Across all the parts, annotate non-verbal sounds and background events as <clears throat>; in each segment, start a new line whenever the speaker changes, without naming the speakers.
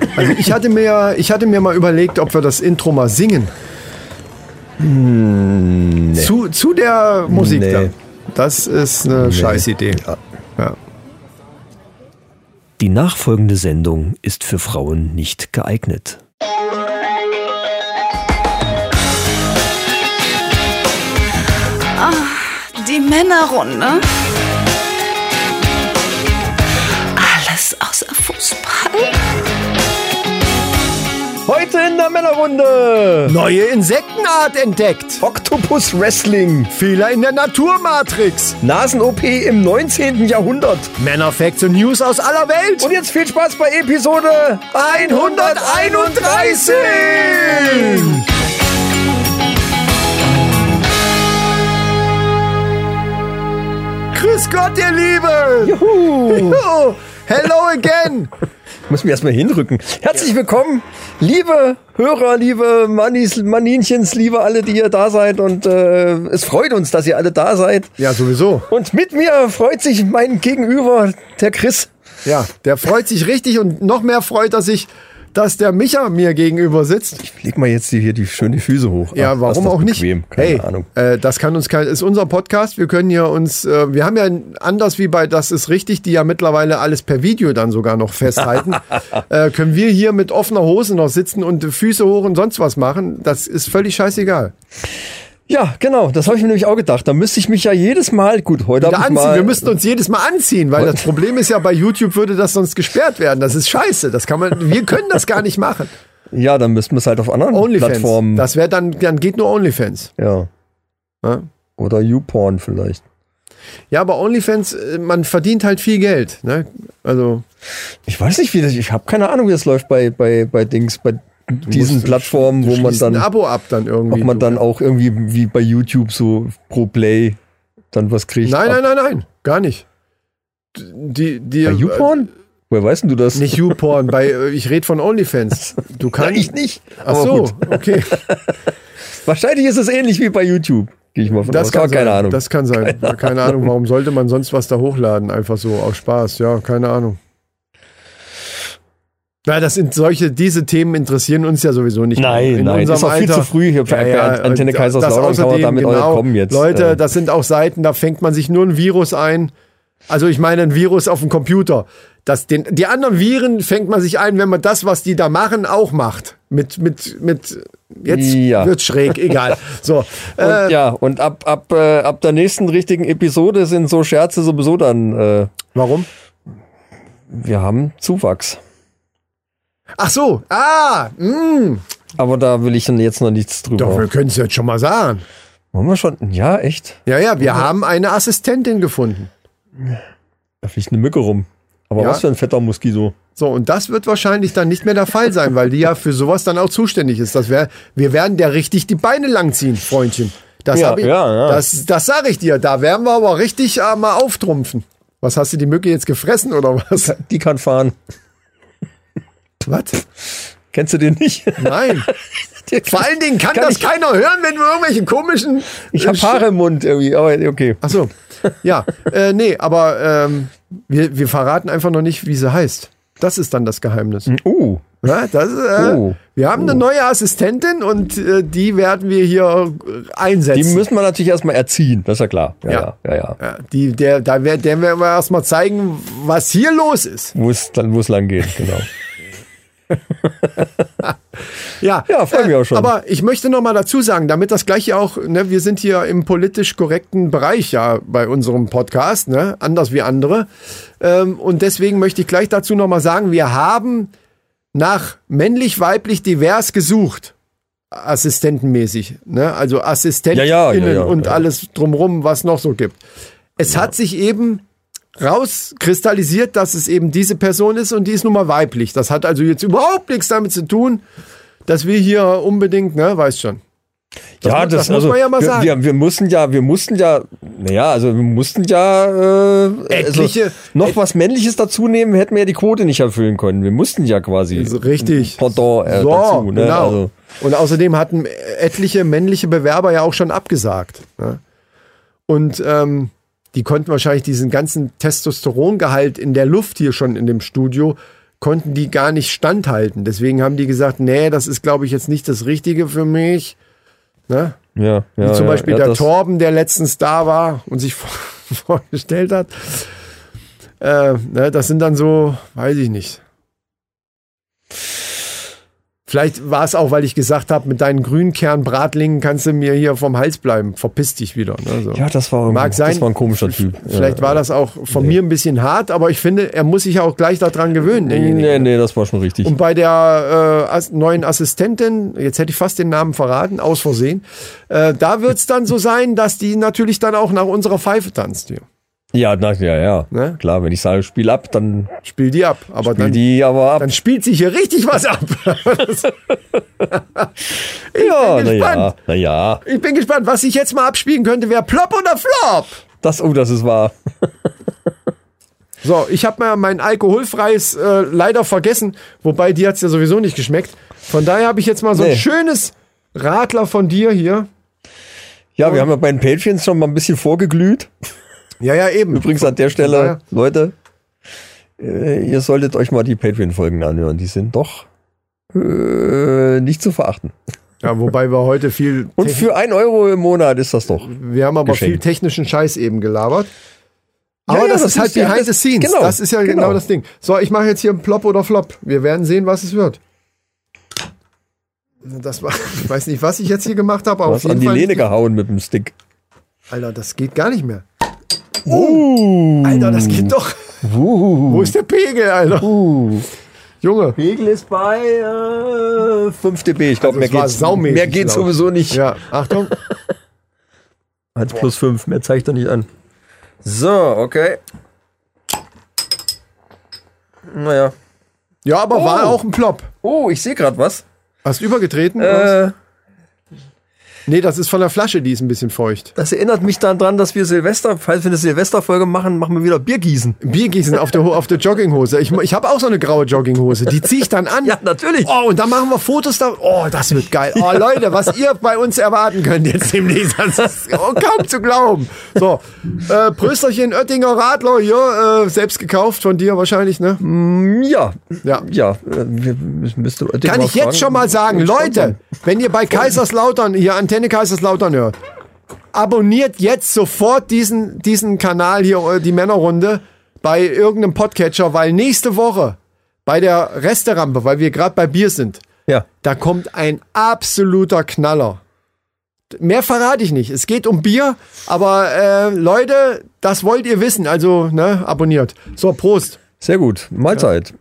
Ich, also ich, hatte mir, ja- ich hatte mir mal überlegt, ob wir das Intro mal singen. Zu, zu der Musik
Nee.
da. Das ist eine Scheißidee.
Ja.
Äh, Ja.
Die nachfolgende Sendung ist für Frauen nicht geeignet.
Die Männerrunde. Alles außer Fußball.
Heute in der Männerrunde.
Neue Insektenart entdeckt.
Octopus Wrestling.
Fehler in der Naturmatrix.
Nasen-OP im 19. Jahrhundert.
Männerfacts und News aus aller Welt.
Und jetzt viel Spaß bei Episode 131.
Grüß Gott, ihr Lieben.
Juhu.
Oh, hello again.
Muss mir erstmal hinrücken. Herzlich willkommen, liebe Hörer, liebe Mannis, Maninchens, liebe alle, die ihr da seid. Und äh, es freut uns, dass ihr alle da seid.
Ja, sowieso.
Und mit mir freut sich mein Gegenüber, der Chris.
Ja, der freut sich richtig und noch mehr freut er sich, dass der Micha mir gegenüber sitzt.
Leg mal jetzt die- hier die schöne Füße hoch.
Ja,
Ach, ist
warum
das
auch nicht?
Bequem. Keine
hey,
Ahnung.
Äh, das kann uns kein, ist unser Podcast. Wir können ja uns, äh, wir haben ja anders wie bei Das ist richtig, die ja mittlerweile alles per Video dann sogar noch
<laughs>
festhalten, äh, können wir hier mit offener Hose noch sitzen und Füße hoch und sonst was machen. Das ist völlig scheißegal.
Ja, genau. Das habe ich mir nämlich auch gedacht. Da müsste ich mich ja jedes Mal, gut, heute
Da
habe ich
anziehen.
mal.
Wir müssten uns jedes Mal anziehen, weil
Und-
das Problem ist ja, bei YouTube würde das sonst gesperrt werden. Das ist scheiße. Das kann man, wir können das gar nicht machen.
ja, dann müssten wir es halt auf anderen
OnlyFans.
Plattformen.
Das wäre dann, dann geht nur OnlyFans.
ja.
Ja?
Oder YouPorn vielleicht.
Ja, aber OnlyFans, äh, man verdient halt viel Geld. Ne? Also
Ich weiß nicht, wie das. Ich habe keine Ahnung, wie das läuft bei, bei, bei Dings, bei diesen Plattformen, wo man
schließt ein
dann,
Abo ab dann irgendwie.
ob man dann auch irgendwie wie bei YouTube so pro Play dann was kriegt.
nein, nein, nein, nein, gar nicht. Die, die,
Bei YouPorn? Woher weißt denn du das?
Äh, nicht YouPorn, bei, äh, ich rede von OnlyFans.
<laughs>
Du
Nein,
kannst.
ich nicht.
Ach so, okay.
Wahrscheinlich ist es ähnlich wie bei YouTube. Gehe ich mal von
Das
aus. Aber
kann
keine
sein.
Ahnung.
Das kann sein. Keine Ahnung. warum sollte man sonst was da hochladen? Einfach so aus Spaß. Ja, keine Ahnung. Na, das sind solche, diese Themen interessieren uns ja sowieso nicht.
Nein,
In
nein,
unserem
ist auch viel
Alter-
zu früh hier für- bei Antenne
und
Kaiserslautern
das
kann man
außerdem, genau
damit auch nicht kommen jetzt.
Leute,
Äh.
das sind auch Seiten, da fängt man sich nur ein Virus ein. Also ich meine ein Virus auf dem Computer. Das, den, die anderen Viren fängt man sich ein, wenn man das, was die da machen, auch macht. Mit, mit, mit, jetzt
Ja.
wird schräg, egal. So, äh,
Und ja, und ab, ab, äh, ab der nächsten richtigen Episode sind so Scherze sowieso dann, äh,
warum?
wir haben Zuwachs.
Ach so, ah, mh.
Aber da will ich dann jetzt noch nichts drüber.
Doch, wir können es jetzt schon mal sagen.
Wollen wir schon? Ja, echt?
Ja, ja, wir haben eine Assistentin gefunden.
Da fliegt eine Mücke rum. Aber
Ja.
was für ein fetter Moskito.
So, und das wird wahrscheinlich dann nicht mehr der Fall sein, weil die ja für sowas dann auch zuständig ist. Das wär, wir werden der richtig die Beine langziehen, Freundchen. Das
Ja,
hab ich,
ja, ja.
das, das sage ich dir. Da werden wir aber richtig äh, mal auftrumpfen. Was hast du die Mücke jetzt gefressen oder was?
Die kann fahren.
was?
Kennst du den nicht? <laughs>
Nein.
Der
Vor allen Dingen kann,
Kann
das
ich-
keiner hören, wenn wir irgendwelche komischen.
Ich habe Haare im Mund irgendwie, aber okay.
Ach so. Ja, äh, nee, aber ähm, wir, wir verraten einfach noch nicht, wie sie heißt. Das ist dann das Geheimnis.
Uh.
Ja, das, äh,
Oh.
Wir haben eine neue Assistentin und äh, die werden wir hier äh,
Die
einsetzen.
müssen wir natürlich erstmal erziehen, das ist ja klar.
Ja.
ja, ja. ja.
ja, die, der, da wer- der werden wir erstmal zeigen, was hier los ist.
Wo es dann, wo es lang geht, genau.
Ja, äh,
Ja, freuen wir auch schon.
Aber ich möchte noch mal dazu sagen, damit das gleich hier auch, ne, wir sind hier im politisch korrekten Bereich ja bei unserem Podcast, ne, anders wie andere. Ähm, und deswegen möchte ich gleich dazu noch mal sagen, wir haben nach männlich, weiblich, divers gesucht. Assistentenmäßig, ne? Also AssistentInnen
Ja, ja, ja, ja,
und
ja.
alles drumrum, was noch so gibt. Es hat sich eben rauskristallisiert, dass es eben diese Person ist und die ist nun mal weiblich. Das hat also jetzt überhaupt nichts damit zu tun, dass wir hier unbedingt, ne, weißt schon. Das
ja,
muss-
das,
das muss
also,
man ja mal
wir,
sagen.
Wir, wir mussten ja, wir mussten ja, naja, also wir mussten ja äh,
Etliche-
also noch was Männliches dazu nehmen, hätten wir ja die Quote nicht erfüllen können. Wir mussten ja quasi
Also richtig.
ein Pendant äh,
so,
dazu. Ne?
genau.
Also,
Und außerdem hatten etliche männliche Bewerber ja auch schon abgesagt. Ne? Und ähm, die konnten wahrscheinlich diesen ganzen Testosterongehalt in der Luft hier schon in dem Studio konnten die gar nicht standhalten. Deswegen haben die gesagt, nee, das ist, glaube ich, jetzt nicht das Richtige für mich. Ne?
Ja, ja.
Wie zum
ja,
Beispiel
ja,
der
das-
Torben, der letztens da war und sich <laughs> vor- vorgestellt hat. Äh, ne, das sind dann so, weiß ich nicht. Vielleicht war es auch, weil ich gesagt habe, mit deinen Grünkern-Bratlingen kannst du mir hier vom Hals bleiben. Verpiss dich wieder. Ne, so.
Ja, das war,
Mag sein.
das war ein komischer Typ.
Vielleicht
ja.
war das auch von mir ein bisschen hart, aber ich finde, er muss sich ja auch gleich daran gewöhnen. derjenige.
Nee, nee, das war schon richtig.
Und bei der äh, As- neuen Assistentin, jetzt hätte ich fast den Namen verraten, aus Versehen, äh, da wird es dann so sein, dass die natürlich dann auch nach unserer Pfeife tanzt. Hier.
ja, na, ja, ja.
Ne?
Klar, wenn ich sage, spiel ab, dann
Spiel die ab. Aber
spiel
dann,
die aber ab.
dann spielt sich hier richtig was ab. <laughs>
ja,
bin
na ja,
gespannt.
na ja.
ich bin gespannt, was ich jetzt mal abspielen könnte, wäre Plop oder Flop.
Das, oh, das ist wahr.
So, ich habe mal mein alkoholfreies äh, leider vergessen, wobei die hat's ja sowieso nicht geschmeckt. Von daher habe ich jetzt mal so
Nee.
ein schönes Radler von dir hier.
Ja, wir haben ja bei den Patreons schon mal ein bisschen vorgeglüht.
Ja, ja, eben.
Übrigens an der
daher-
Stelle, Leute, äh, ihr solltet euch mal die Patreon-Folgen anhören. Die sind doch äh, nicht zu verachten.
Ja, wobei wir heute viel
Und für ein Euro im Monat ist das doch.
Wir haben aber
geschenkt.
viel technischen Scheiß eben gelabert.
Ja,
Aber
ja,
das,
das
ist halt
ist ja
behind
alles-
the scenes.
genau,
das ist ja genau.
genau.
das Ding. So, ich mache jetzt hier einen Plop oder Flop. Wir werden sehen, was es wird. Das war, <laughs> ich weiß nicht, was ich jetzt hier gemacht habe, aber auf
Was an
jeden
die
Fall.
Lehne gehauen mit dem Stick.
Alter, das geht gar nicht mehr.
Mm. Uh,
Alter, das geht doch.
uh,
Wo ist der Pegel, Alter?
uh.
Junge.
Pegel ist bei äh, 5 dB. Ich glaube,
Also es
mehr
war
geht's,
saumäßig
mehr geht's
laut.
sowieso nicht.
Ja, Achtung.
Als plus 5, mehr zeigt er nicht an. So, okay. Naja.
Ja, aber war
Oh.
auch ein Plop.
Oh, ich sehe gerade was.
Hast du übergetreten?
Äh,
nee, das ist von der Flasche, die ist ein bisschen feucht.
das erinnert mich daran, dass wir Silvester, falls wir eine Silvesterfolge machen, machen wir wieder Biergießen.
Biergießen auf der, Ho- auf der Jogginghose. Ich, ich habe auch so eine graue Jogginghose. Die ziehe ich dann an.
<laughs> Ja, natürlich.
Oh, und dann machen wir Fotos da. Oh, das wird geil.
<laughs>
Oh, Leute, was ihr bei uns erwarten könnt jetzt demnächst, das ist oh, kaum zu glauben. So, äh, Prösterchen Oettinger Radler hier, äh, selbst gekauft von dir wahrscheinlich, ne?
Ja.
Ja.
Ja. äh, wir müssen- müsste-
Kann ich jetzt schon mal sagen, Leute, wenn ihr bei Kaiserslautern, hier Antenne Kaiserslautern hört, abonniert jetzt sofort diesen, diesen Kanal hier, äh, die Männerrunde, bei irgendeinem Podcatcher, weil nächste Woche bei der Resterampe, weil wir gerade bei Bier sind,
Ja.
da kommt ein absoluter Knaller. Mehr verrate ich nicht. Es geht um Bier, aber äh, Leute, das wollt ihr wissen. Also, ne, abonniert. So, Prost.
Sehr gut. Mahlzeit.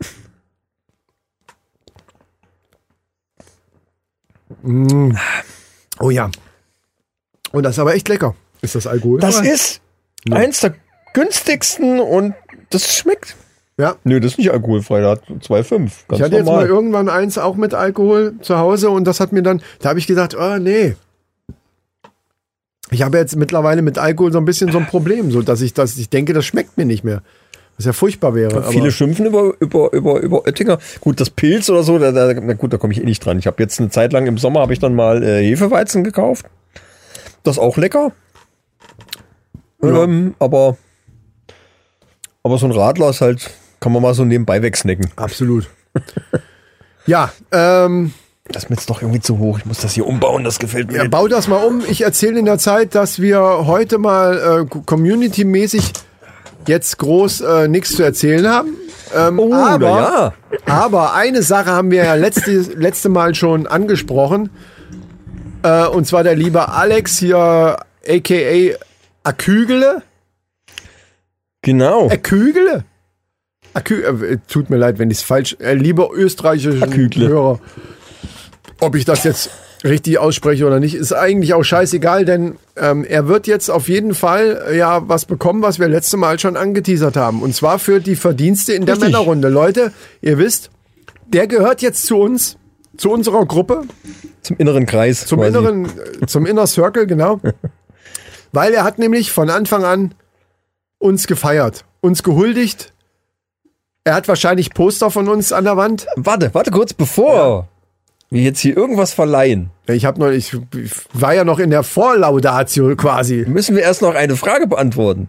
Oh ja. Und das ist aber echt lecker. Ist das Alkohol?
Das ist eins der günstigsten und das schmeckt.
Ja.
Nö, das ist nicht alkoholfrei, da hat 2,5. Ganz
Ich hatte jetzt mal irgendwann eins auch mit Alkohol zu Hause und das hat mir dann, da habe ich gedacht, oh nee. Ich habe jetzt mittlerweile mit Alkohol so ein bisschen so ein Problem, so dass ich das, ich denke, das schmeckt mir nicht mehr. Was ja furchtbar wäre. Aber
Viele schimpfen über, über, über, über Oettinger. Gut, das Pilz oder so, da, da, na gut, da komme ich eh nicht dran. Ich habe jetzt eine Zeit lang im Sommer, habe ich dann mal äh, Hefeweizen gekauft. Das ist auch lecker. Ähm, aber, aber so ein Radler ist halt, kann man mal so nebenbei wegsnacken.
absolut. ja, ähm,
Das ist mir jetzt doch irgendwie zu hoch. Ich muss das hier umbauen, das gefällt mir
ja,
nicht.
bau das mal um. Ich erzähle in der Zeit, dass wir heute mal äh, community-mäßig jetzt groß äh, nichts zu erzählen haben. Ähm,
Oh, na
aber,
ja.
Aber eine Sache haben wir ja letzte, <laughs> letzte Mal schon angesprochen. Äh, und zwar der liebe Alex hier, a.k.a. Akügele.
Genau.
Äh, Akügele? Akü äh, tut mir leid, wenn ich es falsch... Äh, lieber österreichische
Akügle.
Hörer, ob ich das jetzt richtig ausspreche oder nicht, ist eigentlich auch scheißegal, denn ähm, er wird jetzt auf jeden Fall äh, ja was bekommen, was wir letzte Mal schon angeteasert haben. Und zwar für die Verdienste in der
Richtig.
Männerrunde. Leute, ihr wisst, der gehört jetzt zu uns, zu unserer Gruppe,
Zum inneren Kreis.
zum
quasi.
inneren, äh, zum Inner Circle,
<laughs>
genau. Weil er hat nämlich von Anfang an uns gefeiert, uns gehuldigt. Er hat wahrscheinlich Poster von uns an der Wand.
Warte, warte kurz, bevor wir jetzt hier irgendwas verleihen,
Ich habe noch, ich, ich war ja noch in der Vorlaudatio quasi.
müssen wir erst noch eine Frage beantworten.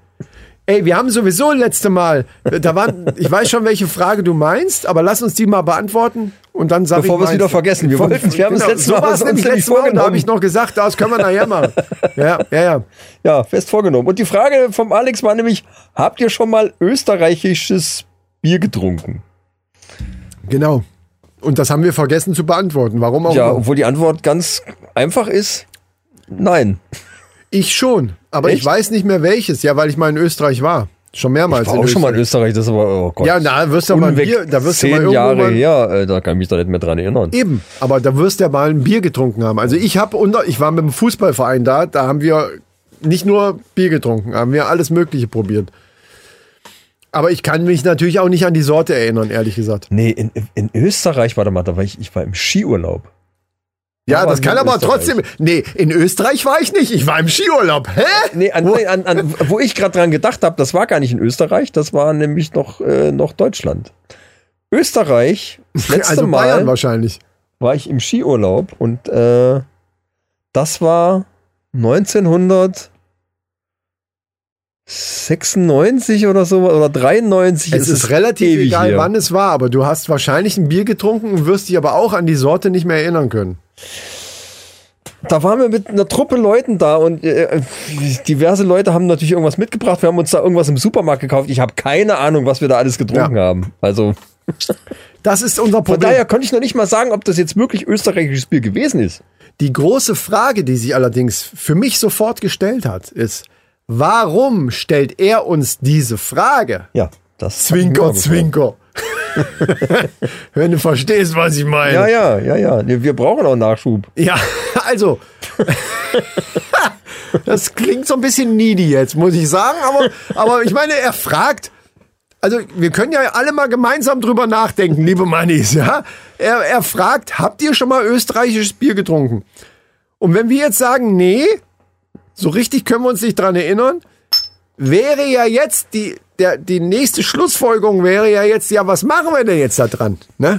Ey, wir haben sowieso letzte Mal, da waren, ich weiß schon, welche Frage du meinst, aber lass uns die mal beantworten und dann sag
Bevor
ich
wir es wieder
meins.
vergessen. Wir
Von-
wollten- wir haben es letztes
so
Mal-
war's
uns
nämlich
nämlich
letztes Mal, und da
vorgenommen.
habe ich noch gesagt, ah, das können wir nachher machen. Ja, ja, ja.
Ja, fest vorgenommen. Und die Frage vom Alex war nämlich, habt ihr schon mal österreichisches Bier getrunken?
Genau. Und das haben wir vergessen zu beantworten. Warum auch
Ja,
immer.
obwohl die Antwort ganz einfach ist, nein.
Ich schon. Aber ich
Echt?
weiß nicht mehr welches. Ja, weil ich mal in Österreich war. Schon mehrmals.
War auch
in
schon mal in
Österreich.
Österreich, das aber, oh Gott.
Ja, na, wirst du mal ein
Unweg-
Bier, da wirst du mal
zehn
irgendwo
Jahre
mal,
her, äh, da kann ich mich da nicht mehr dran erinnern.
Eben, aber da wirst du ja mal ein Bier getrunken haben. Also ich habe unter, ich war mit dem Fußballverein da, da haben wir nicht nur Bier getrunken, haben wir alles Mögliche probiert. Aber ich kann mich natürlich auch nicht an die Sorte erinnern, ehrlich gesagt.
Nee, in, in Österreich, warte mal, da war ich, ich war im Skiurlaub.
Ja,
Aber
das kann
nur in
aber
Österreich.
trotzdem. Nee, in Österreich war ich nicht. Ich war im Skiurlaub. Hä?
Nee, an, nee, an, an, wo ich gerade dran gedacht habe, das war gar nicht in Österreich, das war nämlich noch, äh, noch Deutschland. Österreich, das
<laughs>
letzte
also
Mal.
Bayern wahrscheinlich.
war ich im Skiurlaub und äh, das war 1996 oder so oder 93.
Es ist, relativ
ewig
egal,
her.
wann es war, aber du hast wahrscheinlich ein Bier getrunken und wirst dich aber auch an die Sorte nicht mehr erinnern können.
Da waren wir mit einer Truppe Leuten da und äh, diverse Leute haben natürlich irgendwas mitgebracht. Wir haben uns da irgendwas im Supermarkt gekauft. Ich habe keine Ahnung, was wir da alles getrunken haben. Also
Das ist unser
von
Problem.
daher konnte ich noch nicht mal sagen, ob das jetzt wirklich österreichisches Bier gewesen ist.
Die große Frage, die sich allerdings für mich sofort gestellt hat, ist, warum stellt er uns diese Frage?
Ja, das hab ich mir auch
Zwinker,
gefragt.
<laughs> Zwinker. Wenn du verstehst, was ich meine.
Ja, ja, ja, ja. Wir wir brauchen auch Nachschub.
Ja, also. <laughs> das klingt so ein bisschen needy jetzt, muss ich sagen. Aber, aber ich meine, er fragt. Also, wir können ja alle mal gemeinsam drüber nachdenken, liebe Mannis, ja? Er, er fragt, habt ihr schon mal österreichisches Bier getrunken? Und wenn wir jetzt sagen, nee, so richtig können wir uns nicht dran erinnern, wäre ja jetzt die, der, die nächste Schlussfolgerung wäre ja jetzt, ja, was machen wir denn jetzt da dran, ne?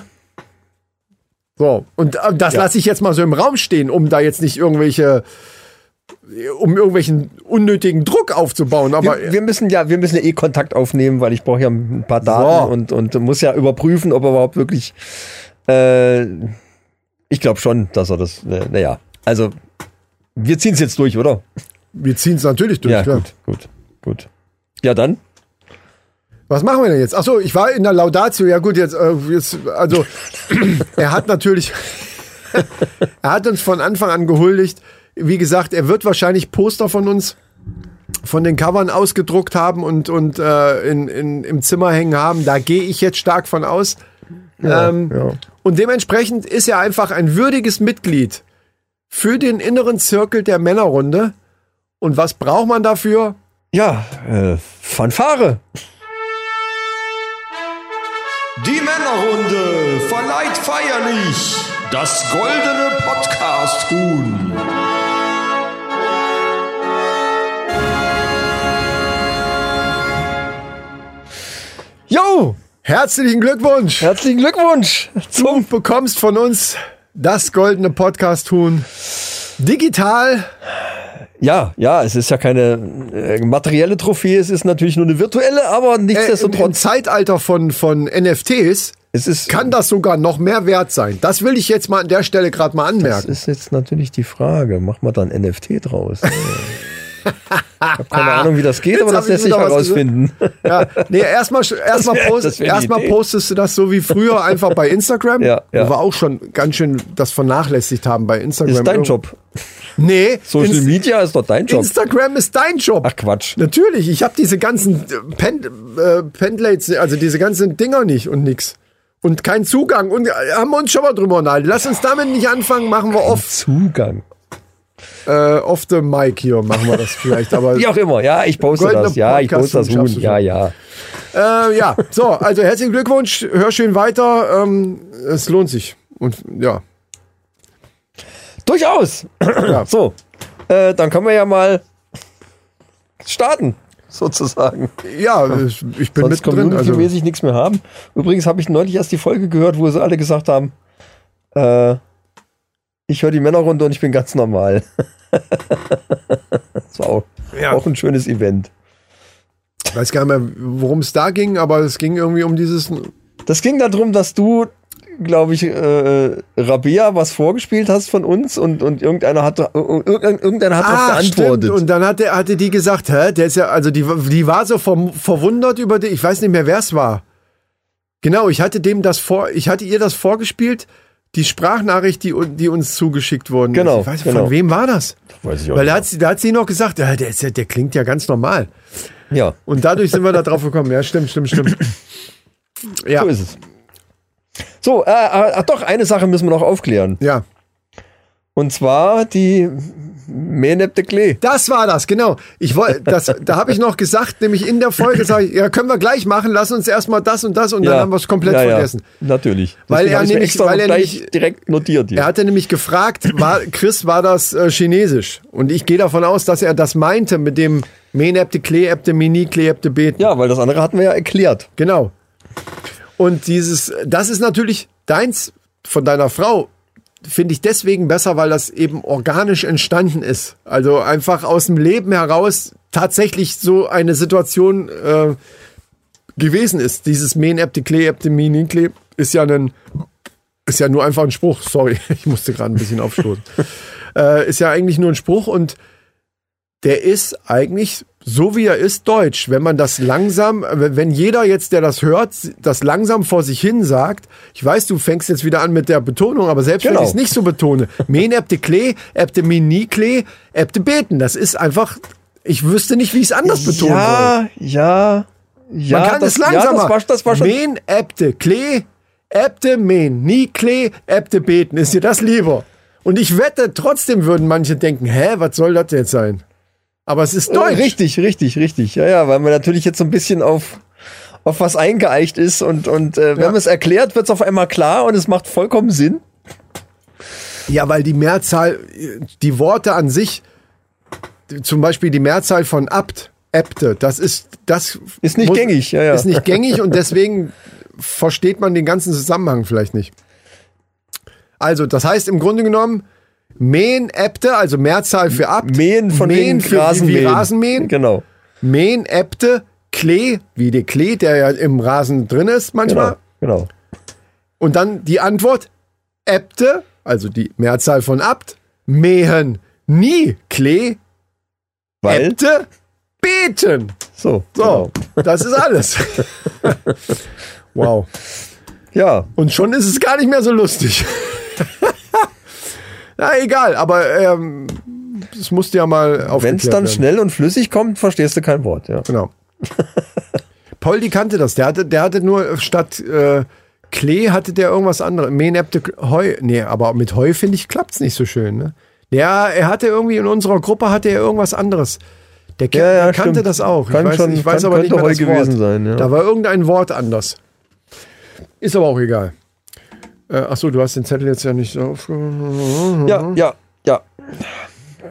So, und äh, das lasse ich jetzt mal so im Raum stehen, um da jetzt nicht irgendwelche, um irgendwelchen unnötigen Druck aufzubauen. Aber
wir, wir müssen ja, wir müssen ja eh Kontakt aufnehmen, weil ich brauche ja ein paar Daten
So.
und, und muss ja überprüfen, ob er überhaupt wirklich. Äh, ich glaube schon, dass er das. Naja, na ja. also wir ziehen es jetzt durch, oder?
wir ziehen es natürlich durch.
ja,
klar.
gut, gut, gut. Ja, dann.
Was machen wir denn jetzt? Achso, ich war in der Laudatio. Ja gut, jetzt, äh, jetzt also <clears throat> er hat natürlich, <laughs> er hat uns von Anfang an gehuldigt. Wie gesagt, er wird wahrscheinlich Poster von uns, von den Covern ausgedruckt haben und, und äh, in, in, im Zimmer hängen haben. Da gehe ich jetzt stark von aus. ähm, Und dementsprechend ist er einfach ein würdiges Mitglied für den inneren Zirkel der Männerrunde. Und was braucht man dafür?
Ja, äh, Fanfare.
Die Männerrunde verleiht feierlich das goldene Podcast-Huhn.
Jo,
Herzlichen Glückwunsch!
herzlichen Glückwunsch zum.
bekommst von uns das goldene Podcast-Huhn. Digital.
Ja, ja, es ist ja keine äh, materielle Trophäe, es ist natürlich nur eine virtuelle, aber
Äh, im, im
nichtsdestotrotz.
Zeitalter von, von NFTs
es ist
kann das sogar noch mehr wert sein. Das will ich jetzt mal an der Stelle gerade mal
Das
anmerken.
ist jetzt natürlich die Frage. Mach mal dann NFT
<laughs>
draus. ich habe keine Ahnung, wie das geht,
Jetzt
aber
hab
das
ich
lässt sich
wieder was
herausfinden.
Ja, nee, erstmal erstmal
wär-
post,
<laughs> das wär die
erstmal
Idee.
postest du das so wie früher einfach bei Instagram,
<laughs> Ja, ja.
wo wir auch schon ganz schön das vernachlässigt haben bei Instagram.
Ist dein Job.
Nee,
Social
Ins-
Media ist doch dein Job.
Instagram ist dein Job.
Ach Quatsch.
Natürlich, ich habe diese ganzen äh, Pen, äh, Pendlates, also diese ganzen Dinger nicht und nix. Und kein Zugang. Und äh, haben wir uns schon mal drüber unterhalten. Lass uns damit nicht anfangen, machen wir off,
Zugang.
äh, off the mic hier, machen
<laughs>
wir das vielleicht. Aber
Wie auch immer. Ja, ich poste
Goldener
das. Ja, ich
Podcast
poste das
und
Huhn.
schaffst du
Ja,
schon.
ja.
äh, ja, so, also herzlichen Glückwunsch, hör schön weiter. Ähm, es lohnt sich. Und ja,
Durchaus. So, äh, dann können wir ja mal starten, sozusagen.
ja, ich, ich bin
Sonst
mittendrin. Also,
community-mäßig nichts mehr haben. Übrigens habe ich neulich erst die Folge gehört, wo sie alle gesagt haben, äh, ich höre die Männerrunde und ich bin ganz normal. <laughs> das war auch,
Ja.
auch ein schönes Event.
Ich weiß gar nicht mehr, worum es da ging, aber es ging irgendwie um dieses.
Das ging darum, dass du, glaube ich, äh, Rabea was vorgespielt hast von uns und, und irgendeiner hat, äh, irgendein- irgendeiner hat
Ah,
darauf geantwortet.
Und dann hatte, hatte die gesagt, hä, der ist ja, also die, die war so verm- verwundert über die, ich weiß nicht mehr, wer es war. Genau, ich hatte dem das vor, ich hatte ihr das vorgespielt, die Sprachnachricht, die, un- die uns zugeschickt worden
Genau,
ist. Ich weiß nicht,
genau.
von wem war das?
Weiß ich auch
Weil da
nicht.
hat, sie- da hat sie noch gesagt, ja, der, ist ja, der klingt ja ganz normal.
ja,
Und dadurch sind wir da drauf gekommen. Ja, stimmt, stimmt,
<laughs>
stimmt. Ja,
so ist es. So, äh, ach doch, eine Sache müssen wir noch aufklären.
ja.
Und zwar die Menep de Klee.
Das war das, genau. Ich wollte, das, da habe ich noch gesagt, nämlich in der Folge sage ich, ja, können wir gleich machen, lass uns erstmal das und das und dann haben wir es komplett
ja,
vergessen.
Ja, natürlich.
Weil er
hab ich's mir
nämlich-
extra
weil
noch
er
gleich
nämlich-
direkt notiert hier.
Er hatte nämlich gefragt, war, Chris, war das äh, Chinesisch? Und ich gehe davon aus, dass er das meinte mit dem Menepte, Kleepte, Mini, Kleepte, Bet.
ja, weil das andere hatten wir ja erklärt.
Genau. Und dieses, das ist natürlich deins von deiner Frau, finde ich deswegen besser, weil das eben organisch entstanden ist. Also einfach aus dem Leben heraus tatsächlich so eine Situation äh, gewesen ist. Dieses Men Epte Klee Epte Mini Klee ist ja ein ist ja nur einfach ein Spruch. Sorry, <laughs> ich musste gerade ein bisschen
<laughs>
aufstoßen. äh, ist ja eigentlich nur ein Spruch und der ist eigentlich so wie er ist deutsch. Wenn man das langsam, wenn jeder jetzt, der das hört, das langsam vor sich hin sagt, ich weiß, du fängst jetzt wieder an mit der Betonung, aber selbst wenn
Genau.
ich es nicht so betone, men ebte klee, ebte mini klee, ebte beten, das ist einfach, ich wüsste nicht, wie ich es anders betonen soll.
ja, ja, ja.
Man kann
das,
es langsamer.
Ja, das war, das war schon.
Men äbte Klee, äbte men nie Klee, äbte beten. Ist dir das lieber? Und ich wette, trotzdem würden manche denken, hä, was soll das jetzt sein? Aber es ist
Äh,
deutsch.
Richtig, richtig, richtig. Ja, ja, weil man natürlich jetzt so ein bisschen auf, auf was eingeeicht ist und, und äh, wenn
Ja.
man es erklärt, wird es auf einmal klar und es macht vollkommen Sinn.
Ja, weil die Mehrzahl, äh, die Worte an sich, d- zum Beispiel die Mehrzahl von abt, äbte, das ist, das
Ist nicht gängig, ja, ja.
ist nicht gängig
<laughs>
und deswegen versteht man den ganzen Zusammenhang vielleicht nicht. Also, das heißt im Grunde genommen, Mähen äbte, also Mehrzahl für abt.
Mähen von
Mähen
den
für Rasenmähen. Wie Rasenmähen.
Genau.
Mähen äbte, Klee, wie der Klee, der ja im Rasen drin ist manchmal.
Genau. genau.
Und dann die Antwort, äbte, also die Mehrzahl von abt, mähen, nie, Klee,
Weil,
äbte, beten.
so.
So,
Genau.
<laughs> das ist
<laughs>
alles. wow.
Ja,
Und schon ist es gar nicht mehr so lustig. <laughs> Na, egal, aber ähm, das musste ja mal auf.
wenn es dann schnell und flüssig kommt, verstehst du kein Wort. Ja.
Genau. <laughs> Paul, die kannte das. Der hatte, der hatte nur statt äh, Klee hatte der irgendwas anderes. Menepte Heu. Nee, aber mit Heu finde ich klappt's nicht so schön. Ne? Ja, er hatte irgendwie in unserer Gruppe hatte er irgendwas anderes. Der, Ke-
Ja, ja,
der kannte
stimmt.
das auch.
Kann
ich weiß,
schon-
ich weiß
kann-
aber nicht mehr
könnte
das
Heu
Wort.
gewesen sein, ja.
Da war irgendein Wort anders. Ist aber auch egal. Äh, achso, du hast den Zettel jetzt ja nicht so aufgehoben.
Ja, ja, ja.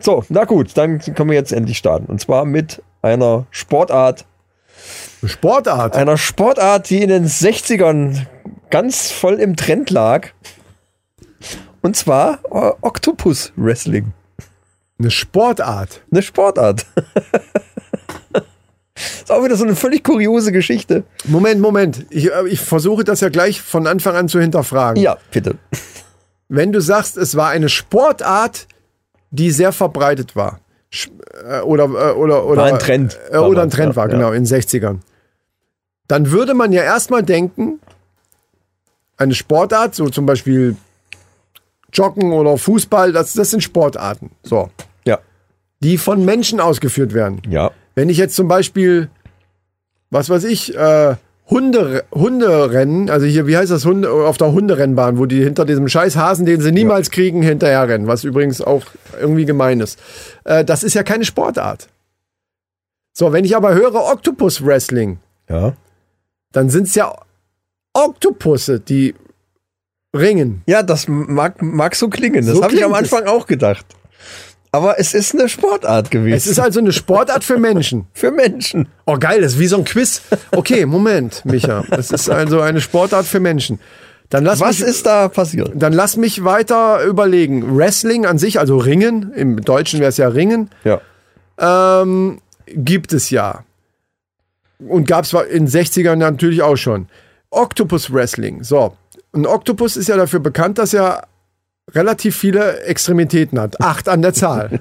So, na gut, dann können wir jetzt endlich starten. Und zwar mit einer Sportart,
Sportart.
einer Sportart, die in den 60ern ganz voll im Trend lag. Und zwar äh, Octopus Wrestling.
Eine Sportart.
Eine Sportart. <laughs> Ist auch wieder so eine völlig kuriose Geschichte.
Moment, Moment. Ich, äh, ich versuche das ja gleich von Anfang an zu hinterfragen.
Ja, bitte.
wenn du sagst, es war eine Sportart, die sehr verbreitet war. Sch- äh, Oder, äh, oder, oder,
War ein Trend
Äh, oder ein
damals,
Trend
ja,
war,
ja.
genau, in den 60ern. Dann würde man ja erstmal denken, eine Sportart, so zum Beispiel Joggen oder Fußball, das, das sind Sportarten, so,
Ja.
die von Menschen ausgeführt werden.
Ja.
Wenn ich jetzt zum Beispiel, was weiß ich, äh, Hunde, Hunderennen, also hier, wie heißt das, Hunde, auf der Hunderennbahn, wo die hinter diesem scheiß Hasen, den sie niemals kriegen, hinterherrennen, was übrigens auch irgendwie gemein ist. Äh, das ist ja keine Sportart. So, wenn ich aber höre Octopus Wrestling,
Ja.
dann sind es ja Oktopusse, die ringen.
Ja, das mag, mag so klingen. Das
So
habe ich am
klingt es.
Anfang auch gedacht. Aber es ist eine Sportart gewesen.
Es ist also eine Sportart für Menschen.
für Menschen.
Oh, geil, das ist wie so ein Quiz. Okay, Moment, Micha. Es ist also eine Sportart für Menschen. Dann lass
Was
mich,
ist da passiert?
Dann lass mich weiter überlegen. Wrestling an sich, also Ringen, im Deutschen wäre es ja Ringen,
Ja.
ähm, gibt es ja. und gab es in den 60ern natürlich auch schon. Octopus Wrestling. So. Ein Oktopus ist ja dafür bekannt, dass er relativ viele Extremitäten hat. Acht an der Zahl.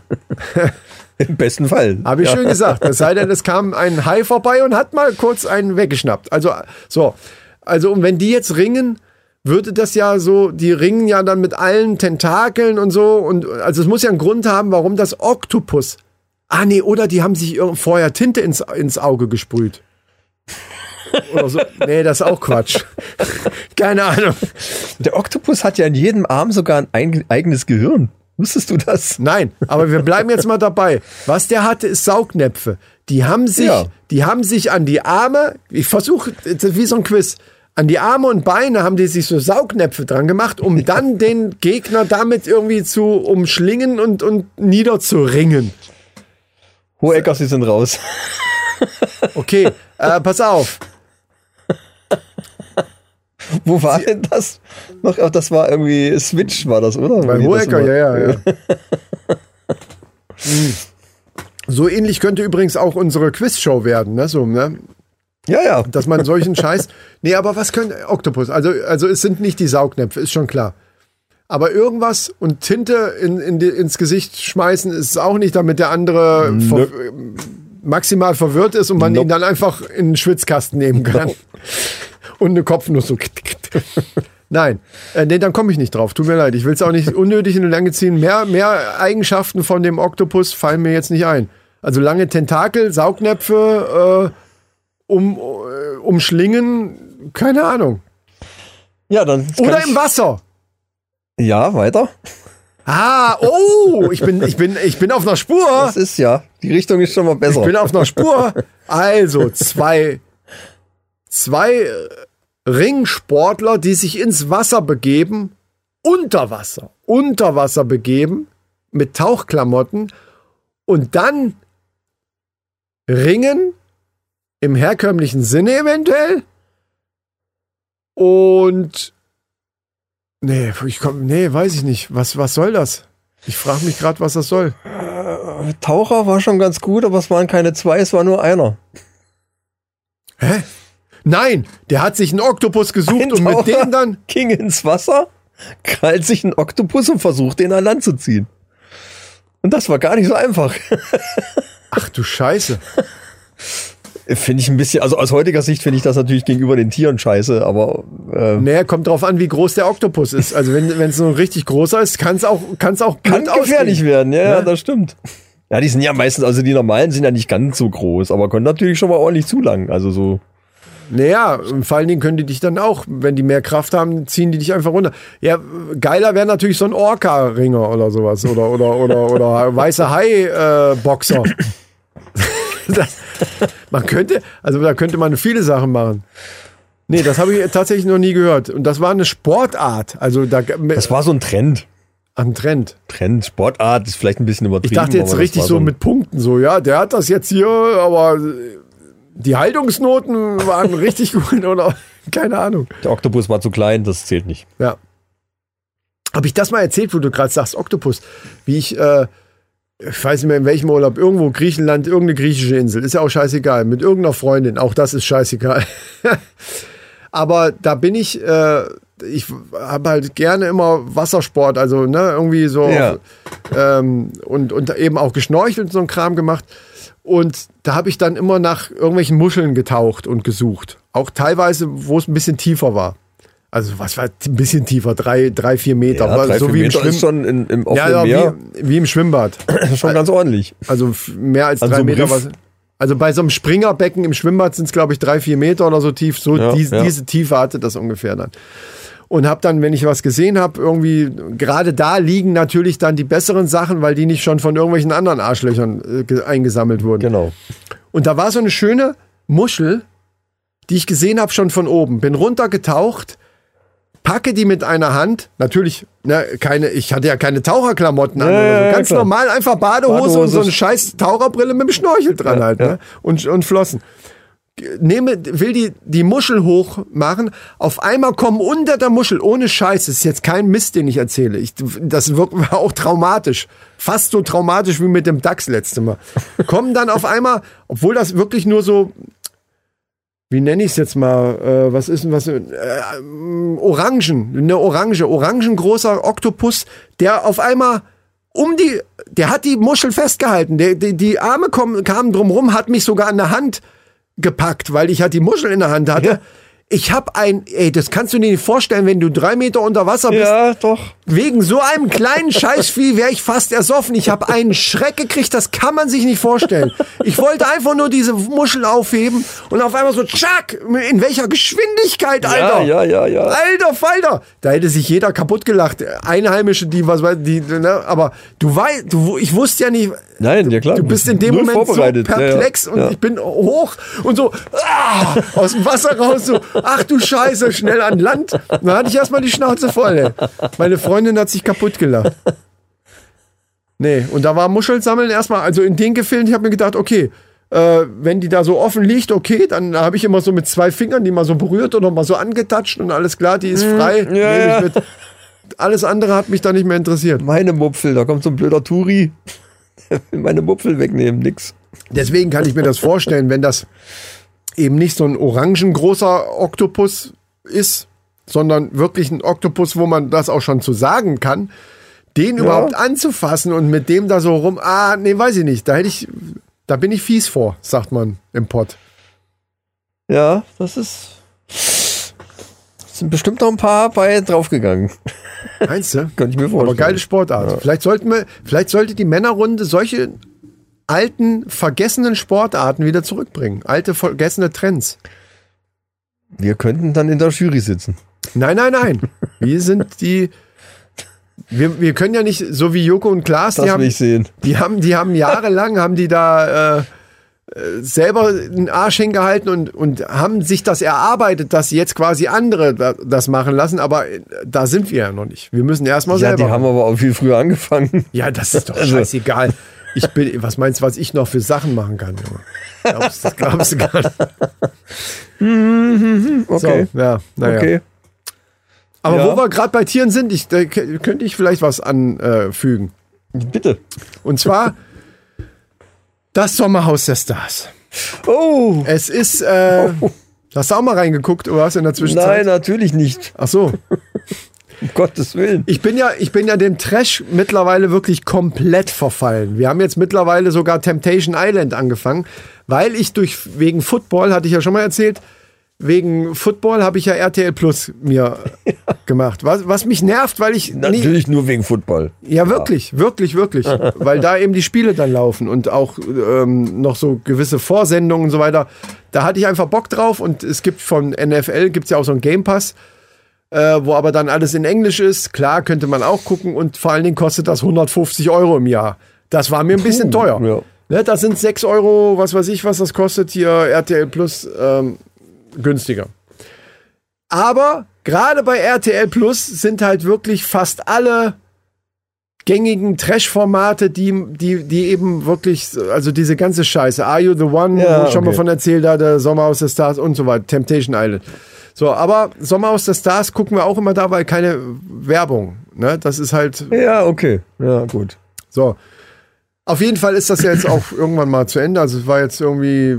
Im besten Fall.
Habe ich schön gesagt. Es sei denn, es kam ein Hai vorbei und hat mal kurz einen weggeschnappt. Also, so. Also, und wenn die jetzt ringen, würde das ja so, die ringen ja dann mit allen Tentakeln und so. Und also es muss ja einen Grund haben, warum das Oktopus. Ah, nee, oder die haben sich irg- vorher Tinte ins, ins Auge gesprüht. Oder so. Nee, das ist auch Quatsch. <laughs> Keine Ahnung.
Der Oktopus hat ja in jedem Arm sogar ein eig- eigenes Gehirn. Wusstest du das?
Nein, aber wir bleiben jetzt mal dabei. Was der hatte, ist Saugnäpfe. Die haben sich,
Ja.
die haben sich an die Arme, ich versuche, das ist wie so ein Quiz, an die Arme und Beine haben die sich so Saugnäpfe dran gemacht, um dann den Gegner damit irgendwie zu umschlingen und, und niederzuringen.
Hohe Eckers, die sind raus.
Okay, äh, pass auf.
<laughs> Wo war denn das? Noch, ach, das war irgendwie Switch, war das, oder?
Bei
Wie das
Hohecker,
immer-
ja, ja. ja. Hm. So ähnlich könnte übrigens auch unsere Quizshow werden, ne? So, ne?
Ja, ja.
dass man solchen Scheiß. Nee, aber was können Oktopus? Also, also es sind nicht die Saugnäpfe, ist schon klar. Aber irgendwas und Tinte in, in die, ins Gesicht schmeißen ist es auch nicht, damit der andere ver maximal verwirrt ist und man ihn dann einfach in den Schwitzkasten nehmen kann. <laughs> Und eine Kopfnuss so. kit, kit. Nein, äh, nee, dann komme ich nicht drauf. Tut mir leid, ich will es auch nicht unnötig in die Länge ziehen. Mehr, mehr Eigenschaften von dem Oktopus fallen mir jetzt nicht ein. Also lange Tentakel, Saugnäpfe, äh, um, äh, umschlingen, keine Ahnung.
Ja, dann. kann
Oder
ich-
im Wasser.
Ja, weiter.
Ah, oh, ich bin, ich bin, ich bin auf einer Spur.
Das ist ja. Die Richtung ist schon mal besser.
Ich bin auf einer Spur. Also zwei, zwei äh, Ringsportler, die sich ins Wasser begeben, unter Wasser, unter Wasser begeben, mit Tauchklamotten und dann ringen, im herkömmlichen Sinne eventuell. Und nee, ich komm, nee, weiß ich nicht. Was, was soll das? Ich frage mich gerade, was das soll.
Taucher war schon ganz gut, aber es waren keine zwei, es war nur einer.
Nein, der hat sich einen Oktopus gesucht
Ein
und mit
Taucher
dem dann.
ging ins Wasser, krallt sich einen Oktopus und versucht, den an Land zu ziehen. Und das war gar nicht so einfach.
Ach du Scheiße.
Finde ich ein bisschen, also aus heutiger Sicht finde ich das natürlich gegenüber den Tieren scheiße, aber äh,
Naja, kommt drauf an, wie groß der Oktopus ist. Also wenn wenn es so ein richtig großer ist, kann es auch kann's auch
kann
blöd
gefährlich
ausgehen.
werden. Ja, ja, das stimmt. Ja, die sind ja meistens, also die normalen sind ja nicht ganz so groß, aber können natürlich schon mal ordentlich zulangen. Also so.
Naja, und vor allen Dingen können die dich dann auch, wenn die mehr Kraft haben, ziehen die dich einfach runter. Ja, geiler wäre natürlich so ein Orca-Ringer oder sowas oder oder oder oder weiße
<coughs>
Hai-Boxer. Das- man könnte, also da könnte man viele Sachen machen. Nee, das habe ich tatsächlich noch nie gehört. Und das war eine Sportart. Also da
Das war so ein Trend.
An Trend.
Trend, Sportart ist vielleicht ein bisschen übertrieben.
Ich dachte
aber
jetzt
das
richtig
war
so
ein-
mit Punkten, so, ja, der hat das jetzt hier, aber die Haltungsnoten
<laughs>
waren richtig gut oder keine Ahnung.
Der Oktopus war zu klein, das zählt nicht.
Ja. Habe ich das mal erzählt, wo du gerade sagst, Oktopus, wie ich, äh, ich weiß nicht mehr in welchem Urlaub, irgendwo Griechenland, irgendeine griechische Insel, ist ja auch scheißegal, mit irgendeiner Freundin, auch das ist scheißegal. <laughs> Aber da bin ich, äh, ich habe halt gerne immer Wassersport, also ne, irgendwie so
Ja.
ähm, und, und eben auch geschnorchelt und so ein Kram gemacht. Und da habe ich dann immer nach irgendwelchen Muscheln getaucht und gesucht. Auch teilweise, wo es ein bisschen tiefer war. Also was war ein bisschen tiefer, drei, drei vier Meter.
Ja,
Aber
drei,
so
vier
wie im
Meter
Schwimmbad.
ist schon in, im offenen
Ja, ja
Meer
wie, wie im Schwimmbad.
<laughs> schon ganz ordentlich.
Also f- mehr als
An
drei
so einem
Meter.
Riff.
Was, also bei so einem Springerbecken im Schwimmbad sind es, glaube ich, drei, vier Meter oder so tief. So
Ja,
die,
ja.
diese Tiefe hatte das ungefähr dann. Und habe dann, wenn ich was gesehen habe, irgendwie, gerade da liegen natürlich dann die besseren Sachen, weil die nicht schon von irgendwelchen anderen Arschlöchern äh, ge- eingesammelt wurden.
Genau.
Und da war so eine schöne Muschel, die ich gesehen habe schon von oben. Bin runtergetaucht, packe die mit einer Hand. Natürlich, ne, keine, ich hatte ja keine Taucherklamotten an
Ja,
oder
ja,
so.
ja,
Ganz
klar.
normal, einfach Badehose, und so
Badehose.
eine scheiß Taucherbrille mit dem Schnorchel dran halt, ne? Und, und Flossen. Nehme, will die, die Muschel hochmachen. Auf einmal kommen unter der Muschel, ohne Scheiß, das ist jetzt kein Mist, den ich erzähle. Ich, das wirkt <laughs> war auch traumatisch. Fast so traumatisch wie mit dem Dachs letzte Mal. Kommen dann auf einmal, obwohl das wirklich nur so wie nenne ich es jetzt mal, äh, was ist denn was, äh, ähm, Orangen, eine Orange, orangengroßer Oktopus, der auf einmal um die, der hat die Muschel festgehalten, der, die, die Arme kommen, kamen drumrum, hat mich sogar an der Hand gepackt, weil ich halt die Muschel in der Hand hatte. Ich hab ein, ey, das kannst du dir nicht vorstellen, wenn du drei Meter unter Wasser bist.
Ja, doch.
Wegen so einem kleinen Scheißvieh wäre ich fast ersoffen. Ich habe einen Schreck gekriegt, das kann man sich nicht vorstellen. Ich wollte einfach nur diese Muschel aufheben und auf einmal so, tschack, in welcher Geschwindigkeit, Alter.
ja, ja, ja.
Alter Falter. Da hätte sich jeder kaputt gelacht. Einheimische, die, was weiß die, ne? aber du weißt, du, ich wusste ja nicht,
Nein, ja klar.
du bist in dem
Null
Moment so
vorbereitet. Ja, ja.
perplex und
Ja.
ich bin hoch und so ah, aus dem Wasser raus, so, ach du Scheiße, schnell an Land. Dann hatte ich erstmal die Schnauze voll. Ey. Meine Freundin hat sich kaputt gelacht. Nee, und da war Muschelsammeln erstmal, also in den Gefilden, ich habe mir gedacht, okay, äh, wenn die da so offen liegt, okay, dann habe ich immer so mit zwei Fingern die mal so berührt oder mal so angetatscht und alles klar, die ist frei. nehm
Mhm. ja.
Ich mit. Alles andere hat mich da nicht mehr interessiert.
Meine Mupfel, da kommt so ein blöder Turi. Der will meine Mupfel wegnehmen, nix.
Deswegen kann ich mir das vorstellen, wenn das eben nicht so ein orangengroßer Oktopus ist, sondern wirklich ein Oktopus, wo man das auch schon zu sagen kann, den überhaupt anzufassen und mit dem da so rum, ah, nee, weiß ich nicht, da hätte ich, da bin ich fies vor, sagt man im Pott.
Ja, das ist. Sind bestimmt noch ein paar bei draufgegangen.
Meinst du?
Könnte ich mir
Aber
vorstellen.
geile Sportart. Vielleicht sollten wir, vielleicht sollte die Männerrunde solche alten, vergessenen Sportarten wieder zurückbringen. Alte, vergessene Trends.
Wir könnten dann in der Jury sitzen.
Nein, nein, nein. Wir sind die. Wir, wir können ja nicht, so wie Joko und Klaas,
Das
die haben,
will ich sehen.
die haben, die haben jahrelang, haben die da äh, äh, selber einen Arsch hingehalten und, und haben sich das erarbeitet, dass sie jetzt quasi andere da, das machen lassen, aber äh, da sind wir ja noch nicht. Wir müssen erstmal
Ja,
selber.
die haben Also aber auch viel früher angefangen.
ja, das ist doch scheißegal. Ich bin, was meinst du, was ich noch für Sachen machen kann, Junge? Glaubst, das glaubst du gar nicht.
Okay.
So, ja, naja.
okay.
Aber
Ja.
wo wir gerade bei Tieren sind, ich, da k- könnte ich vielleicht was anfügen.
Bitte.
Und zwar das Sommerhaus der Stars.
Oh!
Es ist. Äh, Hast du auch mal reingeguckt oder was in der
Nein,
Zwischenzeit?
natürlich nicht.
Ach so.
Um Gottes Willen.
Ich bin ja, ich bin ja dem Trash mittlerweile wirklich komplett verfallen. Wir haben jetzt mittlerweile sogar Temptation Island angefangen, weil ich durch wegen Football hatte ich ja schon mal erzählt. Wegen Football habe ich ja RTL Plus mir gemacht. Was, was mich nervt, weil ich nie-
Natürlich nur wegen Football.
Ja, wirklich, wirklich,
<laughs>
wirklich. Weil da eben die Spiele dann laufen und auch ähm, noch so gewisse Vorsendungen und so weiter. Da hatte ich einfach Bock drauf und es gibt von NFL, gibt's ja auch so einen Game Pass, äh, wo aber dann alles in Englisch ist. Klar, könnte man auch gucken und vor allen Dingen kostet das 150 Euro im Jahr. Das war mir ein bisschen
Puh,
teuer.
ja.
Ne, das sind 6 Euro, was weiß ich, was das kostet hier, RTL Plus, ähm, günstiger. Aber gerade bei RTL Plus sind halt wirklich fast alle gängigen Trash-Formate, die, die, die eben wirklich, also diese ganze Scheiße. Are You the One,
Ja,
wo ich schon mal
okay.
von erzählt hatte, Sommerhaus der Stars und so weiter, Temptation Island. So, aber Sommerhaus der Stars gucken wir auch immer da, weil keine Werbung. Ne? Das ist halt
Ja, okay. Ja, gut.
so. Auf jeden Fall ist das ja jetzt auch irgendwann mal zu Ende. Also es war jetzt irgendwie,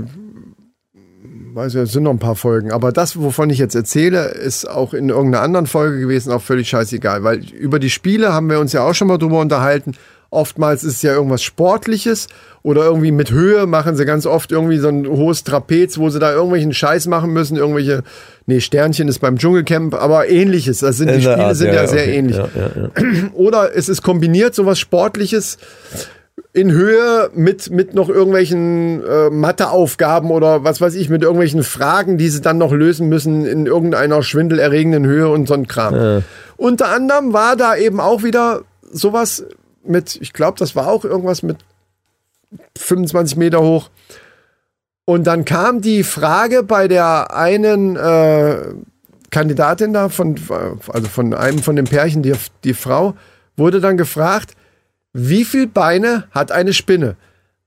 weiß ich, es sind noch ein paar Folgen. Aber das, wovon ich jetzt erzähle, ist auch in irgendeiner anderen Folge gewesen, auch völlig scheißegal. Weil über die Spiele haben wir uns ja auch schon mal drüber unterhalten. Oftmals ist es ja irgendwas Sportliches oder irgendwie mit Höhe machen sie ganz oft irgendwie so ein hohes Trapez, wo sie da irgendwelchen Scheiß machen müssen, irgendwelche, nee, Sternchen ist beim Dschungelcamp, aber ähnliches. Das sind, die
In der
Spiele
Art,
sind ja, sehr
okay.
ähnlich
Ja, ja, ja.
oder es ist kombiniert sowas Sportliches in Höhe mit, mit noch irgendwelchen äh, Matheaufgaben oder was weiß ich, mit irgendwelchen Fragen, die sie dann noch lösen müssen in irgendeiner schwindelerregenden Höhe und so ein Kram. Unter anderem war da eben auch wieder sowas mit, ich glaube, das war auch irgendwas mit 25 Meter hoch. Und dann kam die Frage bei der einen äh, Kandidatin da, von, also von einem von den Pärchen, die, die Frau, wurde dann gefragt, wie viel Beine hat eine Spinne?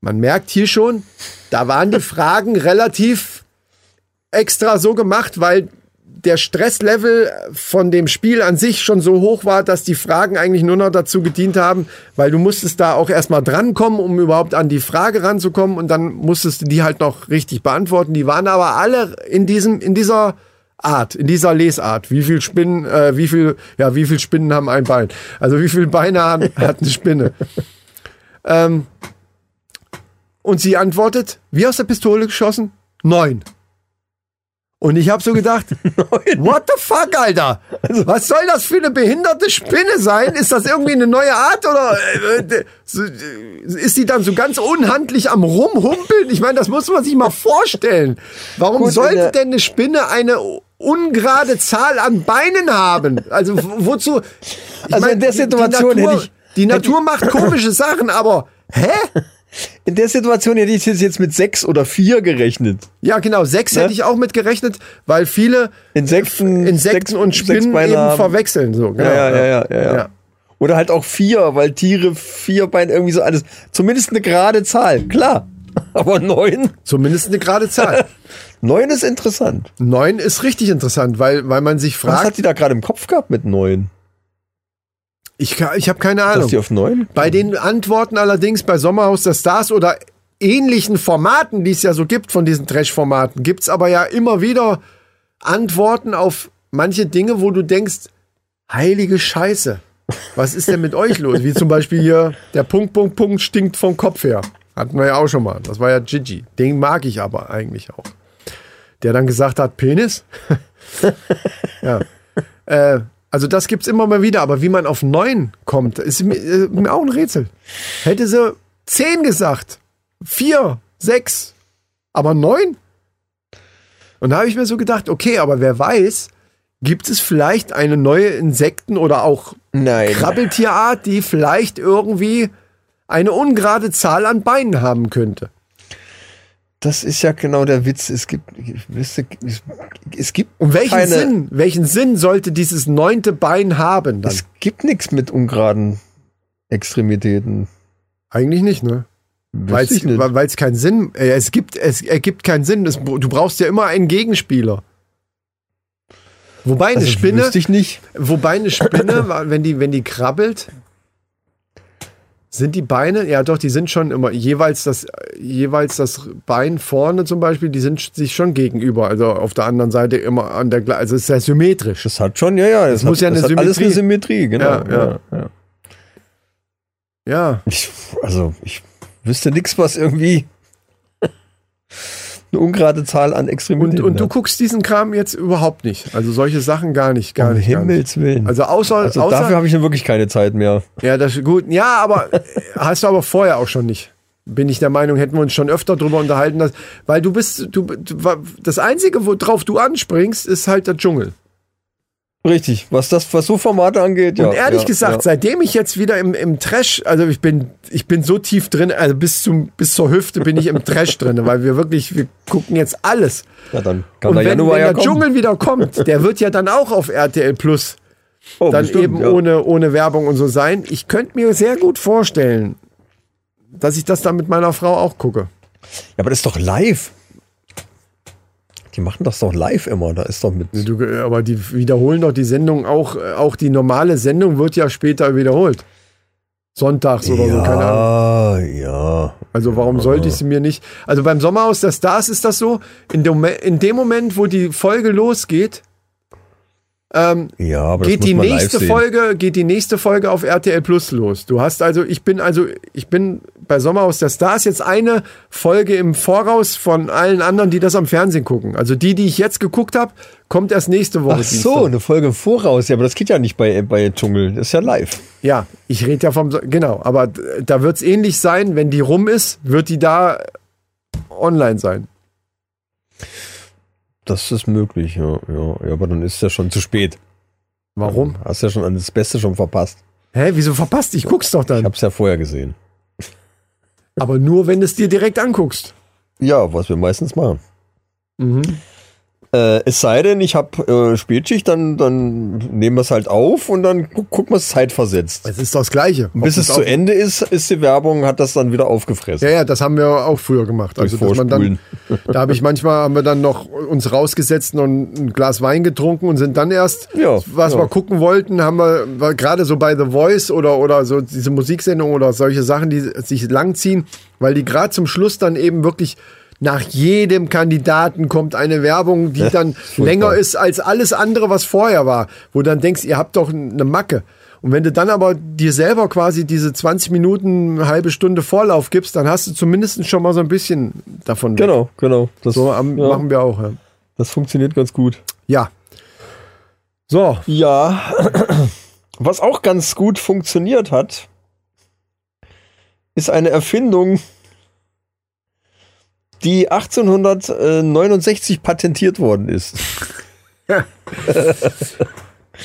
Man merkt hier schon, da waren die Fragen relativ extra so gemacht, weil der Stresslevel von dem Spiel an sich schon so hoch war, dass die Fragen eigentlich nur noch dazu gedient haben, weil du musstest da auch erstmal drankommen, um überhaupt an die Frage ranzukommen und dann musstest du die halt noch richtig beantworten. Die waren aber alle in diesem, in dieser Art, in dieser Lesart. Wie viel Spinnen, äh, wie viel, ja, wie viel Spinnen haben ein Bein? Also wie viel Beine haben, <laughs> hat eine Spinne? ähm, und sie antwortet, wie aus der Pistole geschossen? Neun. Und ich habe so
<laughs>
gedacht, what the fuck, Alter?
Also
Was soll das für eine behinderte Spinne sein? Ist das irgendwie eine neue Art oder äh, äh, so, äh, ist die dann so ganz unhandlich am rumhumpeln? Ich meine, das muss man sich mal vorstellen. Warum
Gut, in
sollte
der-
denn eine Spinne eine ungerade Zahl an Beinen haben? Also wo- wozu? Ich
Also in der
die-
Situation
die
hätte
Natur,
ich-
die Natur macht komische Sachen, aber hä?
In der Situation hätte ich jetzt- jetzt mit sechs oder vier gerechnet.
Ja, genau. Sechs
Ne?
hätte ich auch mitgerechnet, weil viele
Insekten, sechs-
Insekten und Spinnen
Sechsbeiner
eben
haben.
verwechseln. So, genau.
ja, ja, ja, ja, ja. Oder halt auch vier, weil Tiere vier Beine irgendwie so alles. Zumindest eine gerade Zahl, klar. <laughs> Aber neun,
Zumindest eine
<laughs>
gerade Zahl.
neun ist interessant.
Neun ist richtig interessant, weil, weil man sich
Was hat
fragt,
die da gerade im Kopf gehabt mit neun?
ich, ka- ich habe keine
Dass
Ahnung.
die auf neun?
Bei den Antworten allerdings bei Sommerhaus der Stars oder ähnlichen Formaten, die es ja so gibt von diesen Trash-Formaten, gibt's aber ja immer wieder Antworten auf manche Dinge, wo du denkst, heilige Scheiße, was ist denn mit euch los? Wie zum Beispiel hier, der Punkt, Punkt, Punkt stinkt vom Kopf her. Hatten wir ja auch schon mal. Das war ja Gigi. Den mag ich aber eigentlich auch. Der dann gesagt hat, Penis? Äh, also das gibt's immer mal wieder, aber wie man auf neun kommt, ist mir, äh, mir auch ein Rätsel. Hätte sie zehn gesagt, vier, sechs, aber neun? Und da habe ich mir so gedacht, okay, aber wer weiß, gibt es vielleicht eine neue Insekten- oder auch
Nein.
Krabbeltierart, die vielleicht irgendwie eine ungerade Zahl an Beinen haben könnte?
Das ist ja genau der Witz. Es gibt, ich wüsste, es- es gibt
Und Um welchen
keine-
Sinn, welchen Sinn sollte dieses neunte Bein haben dann?
Es gibt nichts mit ungeraden Extremitäten.
Eigentlich nicht, ne?
Weiß ich nicht.
Weil es keinen Sinn, äh, es gibt, es ergibt keinen Sinn. Es, du brauchst ja immer einen Gegenspieler. Wobei eine
Also
Spinne,
Wüsste ich nicht.
wobei eine Spinne, wa- wenn die, wenn die krabbelt, sind die Beine, ja doch, die sind schon immer jeweils das, jeweils das Bein vorne zum Beispiel, die sind sch- sich schon gegenüber, also auf der anderen Seite immer an der, gle- also es ist ja symmetrisch.
Das hat schon, ja, ja. Das,
muss
hat,
ja eine
das hat alles eine Symmetrie, genau.
Ja, ja.
ja.
Ja,
Ich, also, ich wüsste nichts, was irgendwie <laughs> eine ungerade Zahl an
und,
Extremitäten
und du
hat.
guckst diesen Kram jetzt überhaupt nicht. Also solche Sachen gar nicht, gar
Um
nicht. Gar nicht.
Himmels Willen.
Also außer,
Also
außer
dafür habe ich dann wirklich keine Zeit mehr.
Ja, das ist gut. Ja, aber äh, hast du aber vorher auch schon nicht. Bin ich der Meinung, hätten wir uns schon öfter drüber unterhalten, dass, weil du bist, du, du wa- das einzige, worauf du anspringst, ist halt der Dschungel.
Richtig, was das, was so Formate angeht, ja.
Und ehrlich
ja,
gesagt,
ja.
seitdem ich jetzt wieder im, im Trash, also ich bin, ich bin so tief drin, also bis zum, bis zur Hüfte bin ich im Trash drin, weil wir wirklich, wir gucken jetzt alles.
ja, dann kann
Und
der
wenn, wenn
Januar
der
ja kommen.
Dschungel wieder kommt, der wird ja dann auch auf RTL Plus
oh,
dann
bestimmt,
eben
ja.
ohne, ohne Werbung und so sein. Ich könnte mir sehr gut vorstellen, dass ich das dann mit meiner Frau auch gucke.
Ja, aber das ist doch live. Die machen das doch live immer. Da ist doch mit.
Du, äh, aber die wiederholen doch die Sendung auch. äh, Auch die normale Sendung wird ja später wiederholt. Sonntags oder so, keine Ahnung.
ja, ja.
Also warum sollte ich sie mir nicht? Also beim Sommerhaus der Stars ist das so, in dem, Mo- in dem Moment, wo die Folge losgeht,
Ja, aber
geht
das muss
die
man
nächste
live sehen.
Folge, geht die nächste Folge auf RTL Plus los. Du hast also, ich bin also, ich bin bei Sommerhaus der Stars jetzt eine Folge im Voraus von allen anderen, die das am Fernsehen gucken. Also die, die ich jetzt geguckt habe, kommt erst nächste Woche.
Ach so,
Dienstag.
eine Folge im voraus. Ja, aber das geht ja nicht bei, bei Dschungel. Das ist ja live.
Ja, ich rede ja vom, So- genau. Aber d- da wird es ähnlich sein, wenn die rum ist, wird die da online sein.
Das ist möglich, ja, ja. ja aber dann ist ja schon zu spät.
Warum?
Hast ja schon an das Beste schon verpasst.
Hä, wieso verpasst? Ich guck's doch
Ich
dann.
hab's ja vorher gesehen.
Aber nur, wenn du es dir direkt anguckst. Mhm.
Ja, was wir meistens machen. Äh, es sei denn, ich habe äh, Spätschicht, dann, dann nehmen wir es halt auf und dann gu gucken wir es zeitversetzt.
Es ist das Gleiche. Ob
Bis es
auch-
zu Ende ist, ist die Werbung, hat das dann wieder aufgefressen.
Ja, ja, das haben wir auch früher gemacht. Also, dass man dann, <laughs> da habe ich manchmal, haben wir dann noch uns rausgesetzt und ein Glas Wein getrunken und sind dann erst,
Ja,
was
ja.
wir gucken wollten, haben wir, war gerade so bei The Voice oder, oder so diese Musiksendung oder solche Sachen, die sich langziehen, weil die gerade zum Schluss dann eben wirklich nach jedem Kandidaten kommt eine Werbung, die dann länger ist als alles andere, was vorher war, wo du dann denkst, ihr habt doch eine Macke. Und wenn du dann aber dir selber quasi diese 20 Minuten, eine halbe Stunde Vorlauf gibst, dann hast du zumindest schon mal so ein bisschen davon weg.
Genau, genau. Das,
So am,
ja,
machen wir auch. Ja.
das funktioniert ganz gut.
ja. So,
Ja, <clears throat> was auch ganz gut funktioniert hat, ist eine Erfindung, die 1869 patentiert worden ist.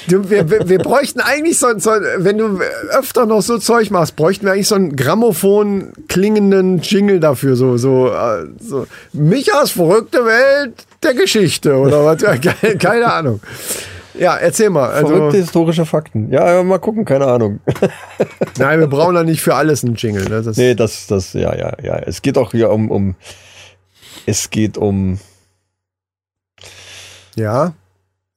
du, wir, wir, wir bräuchten eigentlich so, ein- so, ein- wenn du öfter noch so Zeug machst, bräuchten wir eigentlich so einen Grammophon klingenden Jingle dafür. So, so, äh, so. Michas verrückte Welt der Geschichte oder was? Ja, ke- Keine Ahnung. Ja, erzähl mal.
Verrückte
Also,
historische Fakten. Ja, ja, mal gucken, keine
<laughs>
Ahnung.
nein, wir brauchen da nicht für alles einen Jingle. Ne? Das,
Nee, das, das, ja, ja, ja. Es geht auch hier um, um, es geht um
Ja,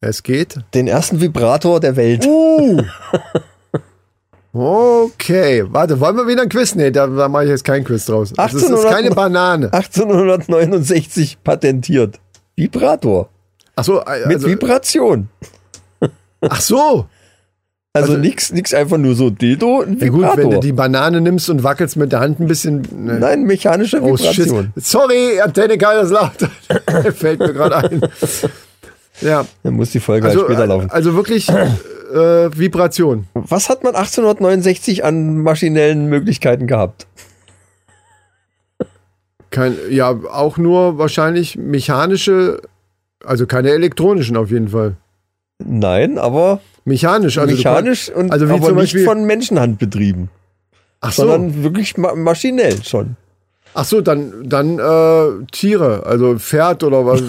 es geht.
den ersten Vibrator der Welt.
Uh. <laughs> Okay, warte, wollen wir wieder ein Quiz? Nee, da, da mache ich jetzt kein Quiz draus. Das ist, das ist
1800
keine Banane.
1869 patentiert. Vibrator.
Ach so,
Mit
also,
Vibration.
ach so.
Also, nix, nix einfach nur so Dildo, ein
Ja, gut,
Vibrator.
wenn du die Banane nimmst und wackelst mit der Hand ein bisschen. Ne,
Nein, mechanische
oh, Schiss.
Vibration.
Sorry, Antenne das laut. <laughs> Fällt mir gerade ein. Ja,
Dann muss die Folge
also,
halt später laufen.
also wirklich äh, Vibration.
Was hat man 1869 an maschinellen Möglichkeiten gehabt?
Kein, ja, auch nur wahrscheinlich mechanische, also keine elektronischen auf jeden Fall.
Nein, aber
Mechanisch, also du
mechanisch
konnt-
und
also wie
aber
zum
nicht
Beispiel,
von Menschenhand betrieben,
ach so,
sondern wirklich ma maschinell schon.
ach so, dann dann äh, Tiere, also Pferd oder
<laughs>
was?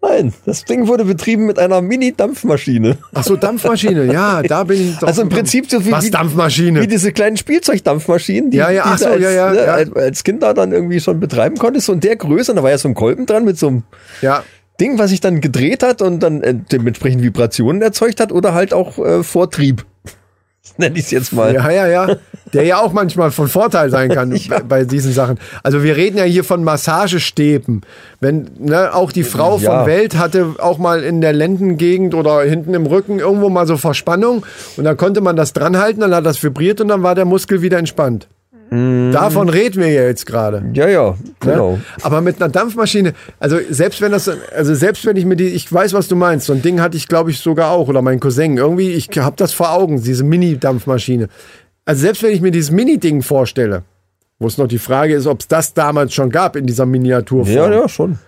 Nein, das Ding wurde betrieben mit einer Mini-Dampfmaschine.
Ach so, Dampfmaschine, ja, da bin ich. Doch
Also im Prinzip so wie,
was
wie,
Dampfmaschine?
wie diese kleinen Spielzeugdampfmaschinen, die,
Ja, ja,
die
ach
du
so,
als, ne,
ja, ja, ja.
als- als Kind da dann irgendwie schon betreiben konntest. Und der Größe, und da war ja so ein Kolben dran mit so einem
ja,
Ding, was sich dann gedreht hat und dann äh, dementsprechend Vibrationen erzeugt hat oder halt auch äh, Vortrieb. <laughs> Nenne ich es jetzt mal.
ja, ja, ja, der ja auch manchmal von Vorteil sein kann bei- bei diesen Sachen. Also wir reden ja hier von Massagestäben. Wenn ne, auch die Frau
Ja.
von Welt hatte auch mal in der Lendengegend oder hinten im Rücken irgendwo mal so Verspannung und dann konnte man das dranhalten, dann hat das vibriert und dann war der Muskel wieder entspannt. Davon reden wir ja jetzt gerade.
Ja, ja,
Ne?
genau.
Aber mit einer Dampfmaschine, also selbst wenn das, also selbst wenn ich mir die, ich weiß, was du meinst, so ein Ding hatte ich, glaube ich, sogar auch oder mein Cousin. Irgendwie, ich habe das vor Augen, diese Mini-Dampfmaschine. Also selbst wenn ich mir dieses Mini-Ding vorstelle, wo es noch die Frage ist, ob es das damals schon gab in dieser Miniaturform.
Ja, ja, schon.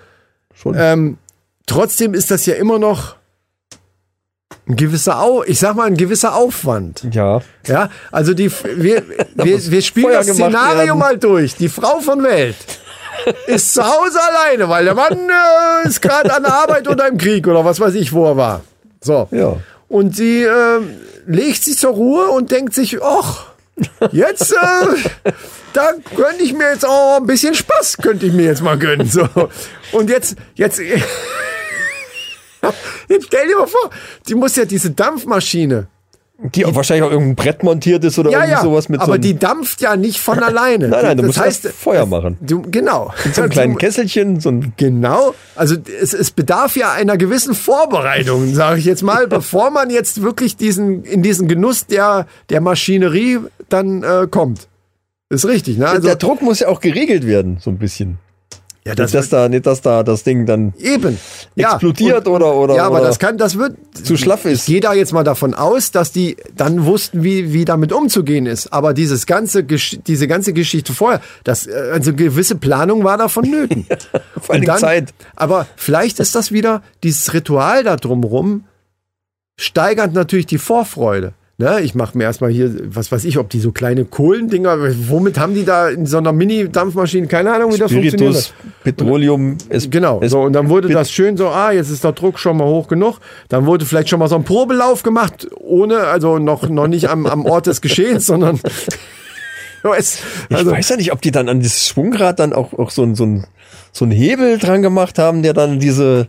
Ähm, trotzdem ist das ja immer noch ein gewisser, Au ich sag mal, ein gewisser Aufwand.
Ja.
Ja, also die, wir, wir, wir spielen
Feuer
das
gemacht
Szenario
werden.
mal durch. Die Frau von Welt ist zu Hause alleine, weil der Mann äh, ist gerade an der Arbeit oder im Krieg oder was weiß ich, wo er war. So.
Ja.
Und sie äh, legt sich zur Ruhe und denkt sich, ach, jetzt, äh, da könnte ich mir jetzt auch ein bisschen Spaß, könnte ich mir jetzt mal gönnen. So. Und jetzt, jetzt, <laughs> jetzt stell dir mal vor, die muss ja diese Dampfmaschine,
Die auch wahrscheinlich auch irgendein Brett montiert ist oder
ja,
irgendwie
ja,
sowas mit
aber
so einem,
die dampft ja nicht
<laughs>
von alleine.
Nein, nein, du
das
musst
heißt,
erst Feuer machen.
Du, genau.
so einem
<laughs>
kleinen
Du-
Kesselchen, so ein
Genau, also es, es bedarf ja einer gewissen Vorbereitung, sage ich jetzt
<laughs>
mal, bevor man jetzt wirklich diesen in diesen Genuss der der Maschinerie dann äh, kommt. Ist richtig, ne? Also
der Druck muss ja auch geregelt werden, so ein bisschen.
ja,
Nicht, dass da, nicht, dass da das Ding dann
eben ja.
explodiert oder, oder,
ja, aber
oder
das kann, das wird.
zu schlaff
Ich
ist.
gehe da jetzt mal davon aus, dass die dann wussten, wie, wie damit umzugehen ist. Aber dieses ganze, Gesch- diese ganze Geschichte vorher, das, äh, also gewisse Planung war davon
<laughs>
nötig.
Vor allem Zeit.
Aber vielleicht ist das wieder dieses Ritual da drumrum, steigert natürlich die Vorfreude. Ne, ich mache mir erstmal hier, was weiß ich, ob die so kleine Kohlendinger, womit haben die da in so einer Mini-Dampfmaschine, keine Ahnung, wie das funktioniert.
Spiritus, Petroleum ist.
Genau,
Ist,
so, und dann wurde das schön so, ah, jetzt ist der Druck schon mal hoch genug. Dann wurde vielleicht schon mal so ein Probelauf gemacht, ohne, also noch, noch nicht am, am Ort des Geschehens, <laughs> sondern. Es-
ich
also,
weiß ja nicht, ob die dann an dieses Schwungrad dann auch, auch so, ein, so, ein, so einen Hebel dran gemacht haben, der dann diese,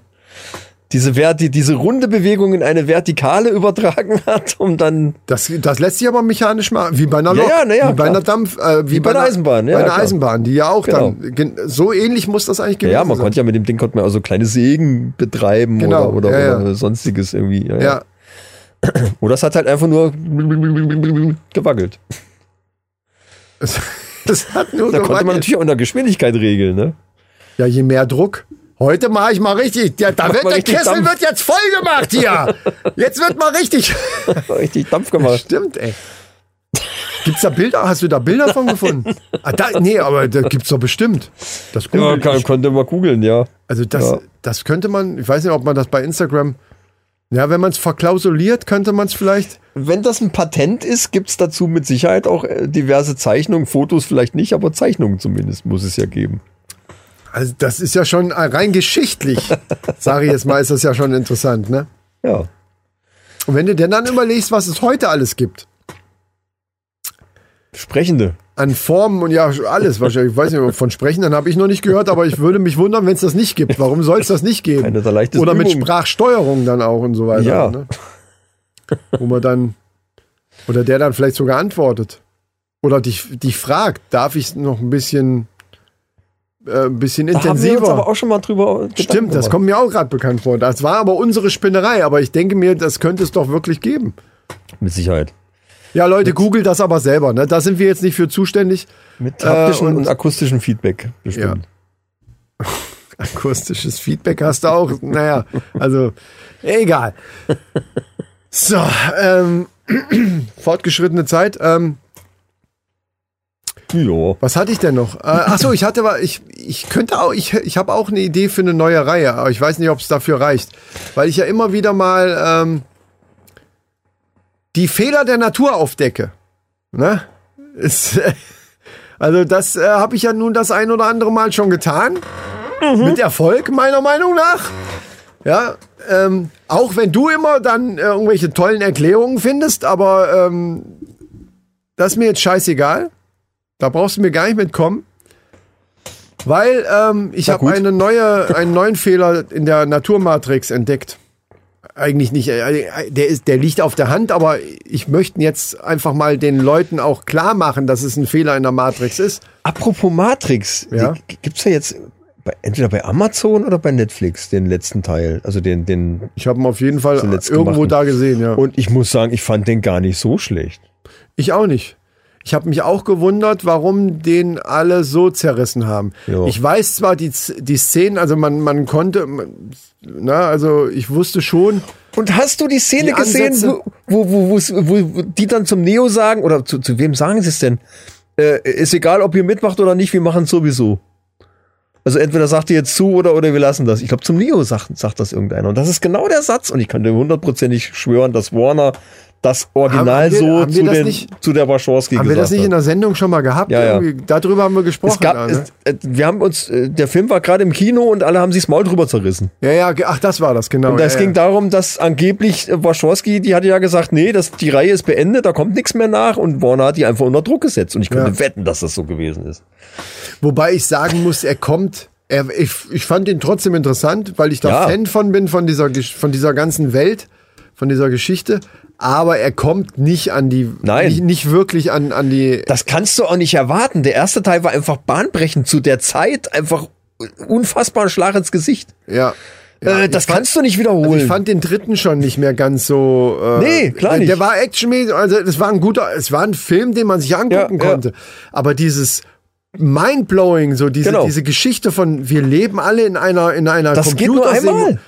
diese, Verti, diese runde Bewegung in eine Vertikale <laughs> übertragen hat, um dann
das, das lässt sich aber mechanisch machen, wie bei einer
Ja,
Lok,
ja, na ja,
wie bei
klar.
einer Dampf, äh, wie,
bei einer Eisenbahn, ja,
bei einer
klar.
Eisenbahn, die ja auch
Genau.
dann, gen- so ähnlich muss das eigentlich gewesen
Ja, man konnte ja mit dem Ding konnte man also kleine Sägen betreiben
Genau,
oder, oder,
ja, ja.
oder sonstiges irgendwie. Ja,
ja.
ja. Oder es hat halt einfach nur <laughs> gewackelt.
Es- <laughs> Das hat nur
Da konnte man
gemeint-
natürlich auch unter Geschwindigkeit regeln, <laughs> ne?
Ja, je mehr Druck. Heute mache ich mal richtig. Der, da
Mach
wird
mal
der
richtig
Kessel
Dampf.
wird jetzt voll gemacht hier.
<laughs>
Jetzt wird mal richtig.
Hat Richtig Dampf gemacht.
Stimmt, ey. Gibt's da Bilder? Hast du da Bilder von gefunden? Ah, da, nee, aber da gibt's doch bestimmt. Das
Ja,
Google,
kann,
ich,
konnte man googeln, ja.
also das,
ja.
das könnte man, ich weiß nicht, ob man das bei Instagram, ja, wenn man es verklausuliert, könnte man es vielleicht,
Wenn das ein Patent ist, gibt's dazu mit Sicherheit auch äh, diverse Zeichnungen. Fotos vielleicht nicht, aber Zeichnungen zumindest muss es ja geben.
also das ist ja schon rein geschichtlich, sage ich jetzt mal, ist das ja schon interessant, ne?
Ja.
Und wenn du denn dann überlegst, was es heute alles gibt,
Sprechende.
an Formen und ja, alles wahrscheinlich, ich weiß nicht, von Sprechen, dann habe ich noch nicht gehört, aber ich würde mich wundern, wenn es das nicht gibt. Warum soll es das nicht geben?
Eine der leichtesten
Oder mit
Übungen.
Sprachsteuerung dann auch und so weiter.
Ja.
Ne? Wo man dann, oder der dann vielleicht sogar antwortet. Oder dich, dich fragt, darf ich noch ein bisschen, äh, ein bisschen
Da haben wir uns aber
intensiver?
auch schon mal drüber Gedanken
Stimmt, das
gemacht.
kommt mir auch gerade bekannt vor. Das war aber unsere Spinnerei, aber ich denke mir, das könnte es doch wirklich geben.
Mit Sicherheit.
Ja, Leute, googelt das aber selber. Ne? Da sind wir jetzt nicht für zuständig.
Mit
Äh,
haptischem
und-
und, akustischem Feedback bestimmt.
akustisches Feedback hast du auch. Naja, also egal. So, ähm, <clears throat> fortgeschrittene Zeit. Ähm,
Ja.
was hatte ich denn noch? Äh, ach so, ich hatte, wa- ich, ich könnte auch, ich, ich habe auch eine Idee für eine neue Reihe, aber ich weiß nicht, ob es dafür reicht, weil ich ja immer wieder mal ähm, die Fehler der Natur aufdecke. Ne? Ist, <laughs> äh, also das äh, habe ich ja nun das ein oder andere Mal schon getan. Mit Erfolg, meiner Meinung nach. Ja, ähm, auch wenn du immer dann äh, irgendwelche tollen Erklärungen findest, aber ähm, das ist mir jetzt scheißegal. Da brauchst du mir gar nicht mitkommen. Weil ähm, ich
Na
habe
gut.
eine neue, einen neuen Fehler in der Naturmatrix entdeckt. Eigentlich nicht. äh, äh, Der, ist, der liegt auf der Hand, aber ich möchte jetzt einfach mal den Leuten auch klar machen, dass es ein Fehler in der Matrix ist.
Apropos Matrix,
Ja.
die- gibt's ja jetzt bei, entweder bei Amazon oder bei Netflix den letzten Teil, also den den.
Ich habe ihn auf jeden Fall
Zuletzt
irgendwo
gemachten.
da gesehen, ja.
Und ich muss sagen, ich fand den gar nicht so schlecht.
Ich auch nicht. Ich habe mich auch gewundert, warum den alle so zerrissen haben.
Ja.
Ich weiß zwar die, Z- die Szenen, also man, man konnte, man- na, also ich wusste schon,
Und hast du die Szene
Die
gesehen,
Ansätze-
wo, wo, wo, wo, wo, wo die dann zum Neo sagen oder zu, zu wem sagen sie es denn? Äh, ist egal, ob ihr mitmacht oder nicht, wir machen sowieso. Also entweder sagt ihr jetzt zu oder, oder wir lassen das. Ich glaube, zum Neo sagt, sagt das irgendeiner. Und das ist genau der Satz. Und ich kann dir hundertprozentig schwören, dass Warner das Original
Haben wir-
so
haben wir
zu,
das
den,
nicht-
zu der Warschawski
haben wir das
gesagt
nicht
hat.
in der Sendung schon mal gehabt?
Ja, ja.
Irgendwie, Darüber haben wir gesprochen.
Es gab,
da, ne?
es, äh, wir haben uns, äh, der Film war gerade im Kino und alle haben sich das Maul drüber zerrissen.
ja, ja, ge- ach, das war das, genau.
Und
ja,
es
ja.
ging darum, dass angeblich äh, Wachowski, die hatte ja gesagt, nee, das, die Reihe ist beendet, da kommt nichts mehr nach und Warner hat die einfach unter Druck gesetzt. Und ich könnte
Ja.
wetten, dass das so gewesen ist.
Wobei ich sagen muss, er kommt. Er, ich, ich fand ihn trotzdem interessant, weil ich da
Ja.
Fan von bin, von dieser, Gesch- von dieser ganzen Welt, von dieser Geschichte. Aber er kommt nicht an die,
Nein.
Nicht, nicht wirklich an, an die
Das kannst du auch nicht erwarten. Der erste Teil war einfach bahnbrechend zu der Zeit, einfach unfassbar ein Schlag ins Gesicht.
Ja. ja
äh, das
ich fand, also
kannst du nicht wiederholen.
Ich fand den dritten schon nicht mehr ganz so. Äh,
Nee, klar nicht.
Der war actionmäßig, also das war ein guter, es war ein Film, den man sich angucken
Ja, ja.
konnte. Aber dieses Mindblowing, so diese,
Genau.
diese Geschichte von wir leben alle in einer in einer
das geht nur
Computersim-
einmal.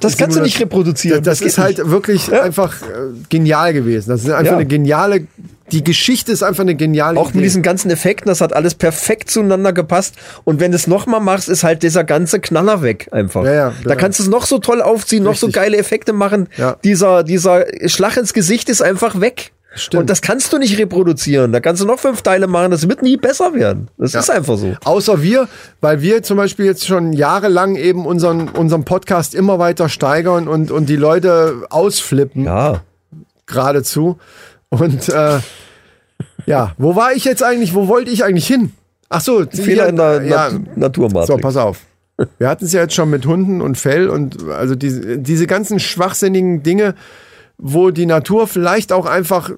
Das kannst du nicht
Das,
reproduzieren.
das
geht
ist halt
nicht.
wirklich
Ja.
einfach äh, genial gewesen. Das ist einfach
Ja.
eine geniale. Die Geschichte ist einfach eine geniale
Auch mit
Idee.
diesen ganzen Effekten, das hat alles perfekt zueinander gepasst. Und wenn du es nochmal machst, ist halt dieser ganze Knaller weg einfach.
Ja, ja, genau.
Da kannst du es noch so toll aufziehen, noch so
Richtig.
geile Effekte machen.
Ja.
Dieser, dieser Schlag ins Gesicht ist einfach weg.
Stimmt.
Und das kannst du nicht reproduzieren. Da kannst du noch fünf Teile machen, das wird nie besser werden. Das ist einfach so.
Außer wir, weil wir zum Beispiel jetzt schon jahrelang eben unseren, unseren Podcast immer weiter steigern und, und die Leute ausflippen
Ja.
geradezu. Und äh, ja, wo war ich jetzt eigentlich? Wo wollte ich eigentlich hin? Ach so,
Fehler in der
ja,
Nat
So,
Naturmatrix.
pass auf. Wir hatten es ja jetzt schon mit Hunden und Fell und also diese, diese ganzen schwachsinnigen Dinge, wo die Natur vielleicht auch einfach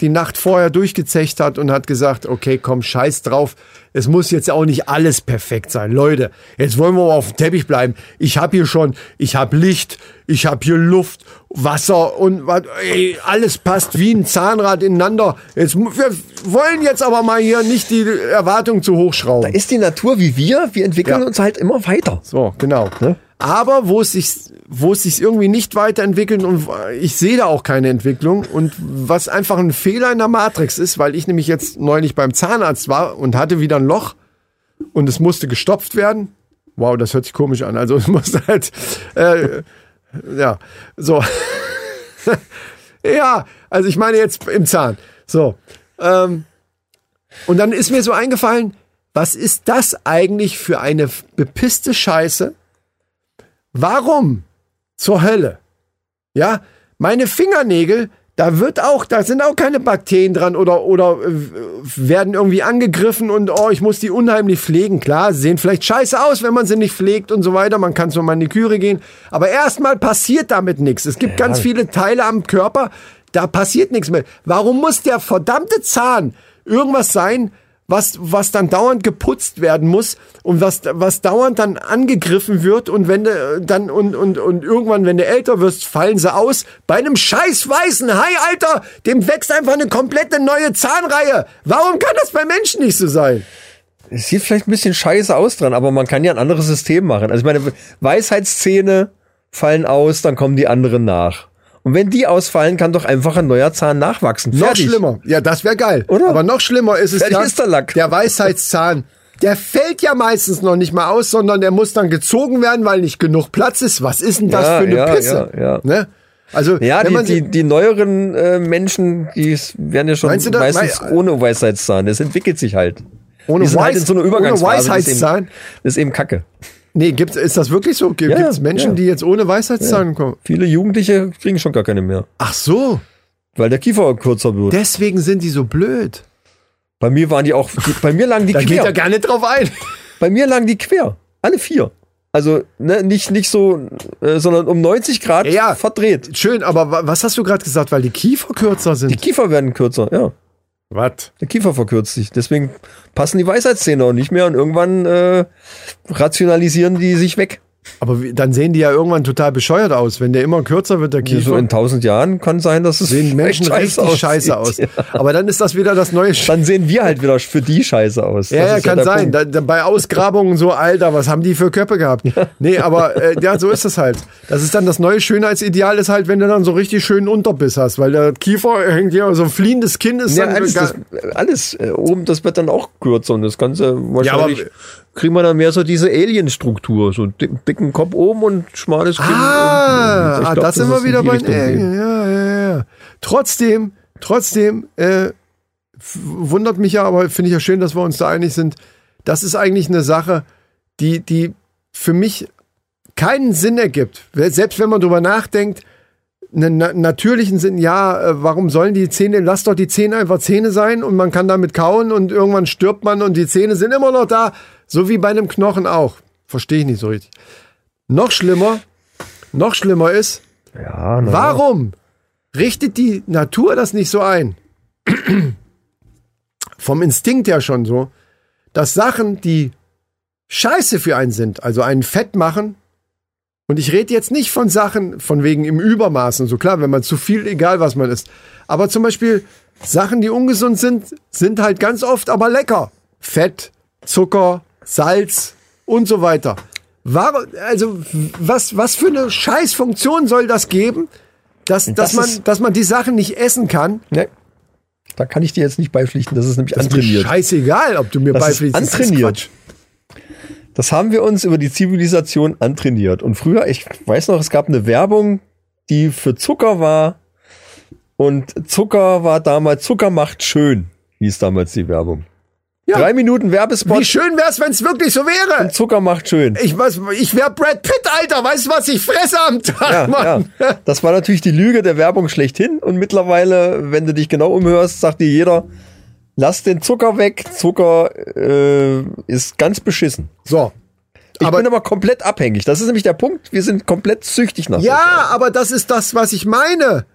die Nacht vorher durchgezecht hat und hat gesagt, okay, komm, scheiß drauf. Es muss jetzt auch nicht alles perfekt sein. Leute, jetzt wollen wir mal auf dem Teppich bleiben. Ich habe hier schon, ich habe Licht, ich habe hier Luft, Wasser und was, ey, alles passt wie ein Zahnrad ineinander. Jetzt, mu- wir wollen jetzt aber mal hier nicht die Erwartung zu hoch schrauben.
da ist die Natur wie wir, wir entwickeln
Ja.
uns halt immer weiter.
So, genau.
Ne?
Aber wo es sich, wo es sich irgendwie nicht weiterentwickelt und ich sehe da auch keine Entwicklung und was einfach ein Fehler in der Matrix ist, weil ich nämlich jetzt neulich beim Zahnarzt war und hatte wieder ein Loch und es musste gestopft werden. Wow, das hört sich komisch an. Also <laughs> es musste halt, äh, ja, so. <laughs> ja, also ich meine jetzt im Zahn. So. Ähm, und dann ist mir so eingefallen, was ist das eigentlich für eine bepisste Scheiße? Warum zur Hölle? Ja, meine Fingernägel, da wird auch, da sind auch keine Bakterien dran oder, oder äh, werden irgendwie angegriffen und oh, ich muss die unheimlich pflegen. Klar, sie sehen vielleicht scheiße aus, wenn man sie nicht pflegt und so weiter. Man kann zur Maniküre gehen. Aber erstmal passiert damit nichts. Es gibt ganz viele Teile am Körper, da passiert nichts mehr. Warum muss der verdammte Zahn irgendwas sein, was, was dann dauernd geputzt werden muss und was, was dauernd dann angegriffen wird und wenn du äh, dann und, und, und irgendwann, wenn du älter wirst, fallen sie aus. Bei einem scheiß weißen Hai, Alter, dem wächst einfach eine komplette neue Zahnreihe. Warum kann das bei Menschen nicht so sein?
Es sieht vielleicht ein bisschen scheiße aus dran, aber man kann ja ein anderes System machen. Also ich meine, Weisheitszähne fallen aus, dann kommen die anderen nach. Und wenn die ausfallen, kann doch einfach ein neuer Zahn nachwachsen.
Noch
Fertig.
schlimmer. Ja, das wäre geil.
Oder?
Aber noch schlimmer ist es
Fertig
ja,
ist der Lack.
Weisheitszahn. Der fällt ja meistens noch nicht mal aus, sondern der muss dann gezogen werden, weil nicht genug Platz ist. Was ist denn das
Ja,
für eine
ja,
Pisse?
ja, ja.
Ne? Also,
Ja,
wenn
die,
man sie-
die, die neueren äh, Menschen, die s- werden ja schon
Meinst du das?
meistens
Mei-
ohne Weisheitszahn. Das entwickelt sich halt.
Ohne
die sind halt
Weis-
in so einer
ohne
Übergangsphase. Das ist
Weisheitszahn?
eben, das ist eben Kacke.
Nee, gibt's, ist das wirklich so? Gibt
Ja,
es Menschen,
ja.
die jetzt ohne Weisheitszahn kommen?
Viele Jugendliche kriegen schon gar keine mehr,
Ach so,
weil der Kiefer kürzer wird.
deswegen sind die so blöd.
bei mir waren die auch, die, bei mir lagen die
Da geht
quer.
er gar nicht drauf ein. <laughs>
Bei mir lagen die quer. Alle vier. Also ne, nicht, nicht so, äh, sondern um 90 Grad
Ja, ja.
verdreht.
Schön, aber wa- was hast du gerade gesagt? Weil die Kiefer kürzer
Die
sind.
Kiefer werden kürzer, ja.
Was?
Der Kiefer verkürzt sich. Deswegen passen die Weisheitszähne auch nicht mehr und irgendwann äh, rationalisieren die sich weg.
Aber wie, dann sehen die ja irgendwann total bescheuert aus. Wenn der immer kürzer wird, der
So
Kiefer,
in 1000 Jahren kann sein, dass es <laughs>
sehen
echt
Menschen richtig
aussieht.
scheiße aus.
<laughs> Ja.
Aber dann ist das wieder das neue Sch
Dann sehen wir halt wieder für die scheiße aus.
Ja,
Das
ja,
ist
kann
der
sein.
Punkt.
Da, da, bei Ausgrabungen so, Alter, was haben die für Köpfe gehabt? Nee, aber äh, ja, so ist es halt. Das ist dann das neue Schönheitsideal, ist halt, wenn du dann so richtig schönen Unterbiss hast, weil der Kiefer hängt ja so ein fliehendes Kinn ist.
Ja,
dann
alles,
gar-
das, alles äh, oben, das wird dann auch kürzer und das Ganze
Ja, aber-
wahrscheinlich kriegen wir dann mehr so diese Alien-Struktur, so dick, dicken Kopf oben und schmales Kinn.
ah,
Ich
ah,
glaub,
das sind
ist
wir
in
wieder
die
bei den
Richtung
Engeln.
gehen.
Ja, ja, ja. Trotzdem, trotzdem, äh, f- wundert mich ja, aber finde ich ja schön, dass wir uns da einig sind. Das ist eigentlich eine Sache, die, die für mich keinen Sinn ergibt. Selbst wenn man drüber nachdenkt, einen na natürlichen Sinn, ja, äh, warum sollen die Zähne, lass doch die Zähne einfach Zähne sein und man kann damit kauen und irgendwann stirbt man und die Zähne sind immer noch da, so wie bei einem Knochen auch. Verstehe ich nicht so richtig. Noch schlimmer, noch schlimmer ist,
Ja, na,
Warum richtet die Natur das nicht so ein? Vom Instinkt her schon so, dass Sachen, die scheiße für einen sind, also einen fett machen, und ich rede jetzt nicht von Sachen von wegen im Übermaß und so, klar, wenn man zu viel, egal was man isst, aber zum Beispiel Sachen, die ungesund sind, sind halt ganz oft aber lecker. Fett, Zucker, Salz und so weiter. Warum, also, was, was für eine Scheißfunktion soll das geben, dass, dass,
Das
man,
ist-
dass man die Sachen nicht essen kann?
Ne, da kann ich dir jetzt nicht beipflichten, das ist nämlich
Das ist mir
antrainiert.
scheißegal, ob du mir
Das ist
beipflichtest. das ist
antrainiert.
Quatsch.
Das haben wir uns über die Zivilisation antrainiert. Und früher, ich weiß noch, es gab eine Werbung, die für Zucker war. Und Zucker war damals, Zucker macht schön, hieß damals die Werbung. Drei Minuten
Wie
Werbespot,
schön wär's, wenn's wirklich so wäre.
Zucker macht schön.
Ich, was, ich wär Brad Pitt, Alter. Weißt du, was ich fresse am Tag,
Ja,
Mann?
ja. Das war natürlich die Lüge der Werbung schlechthin. Und mittlerweile, wenn du dich genau umhörst, sagt dir jeder, lass den Zucker weg. Zucker äh, ist ganz beschissen.
<laughs> So.
Ich
Aber-
bin aber komplett abhängig. Das ist nämlich der Punkt. Wir sind komplett süchtig nach
Ja, aber das ist das, was ich meine.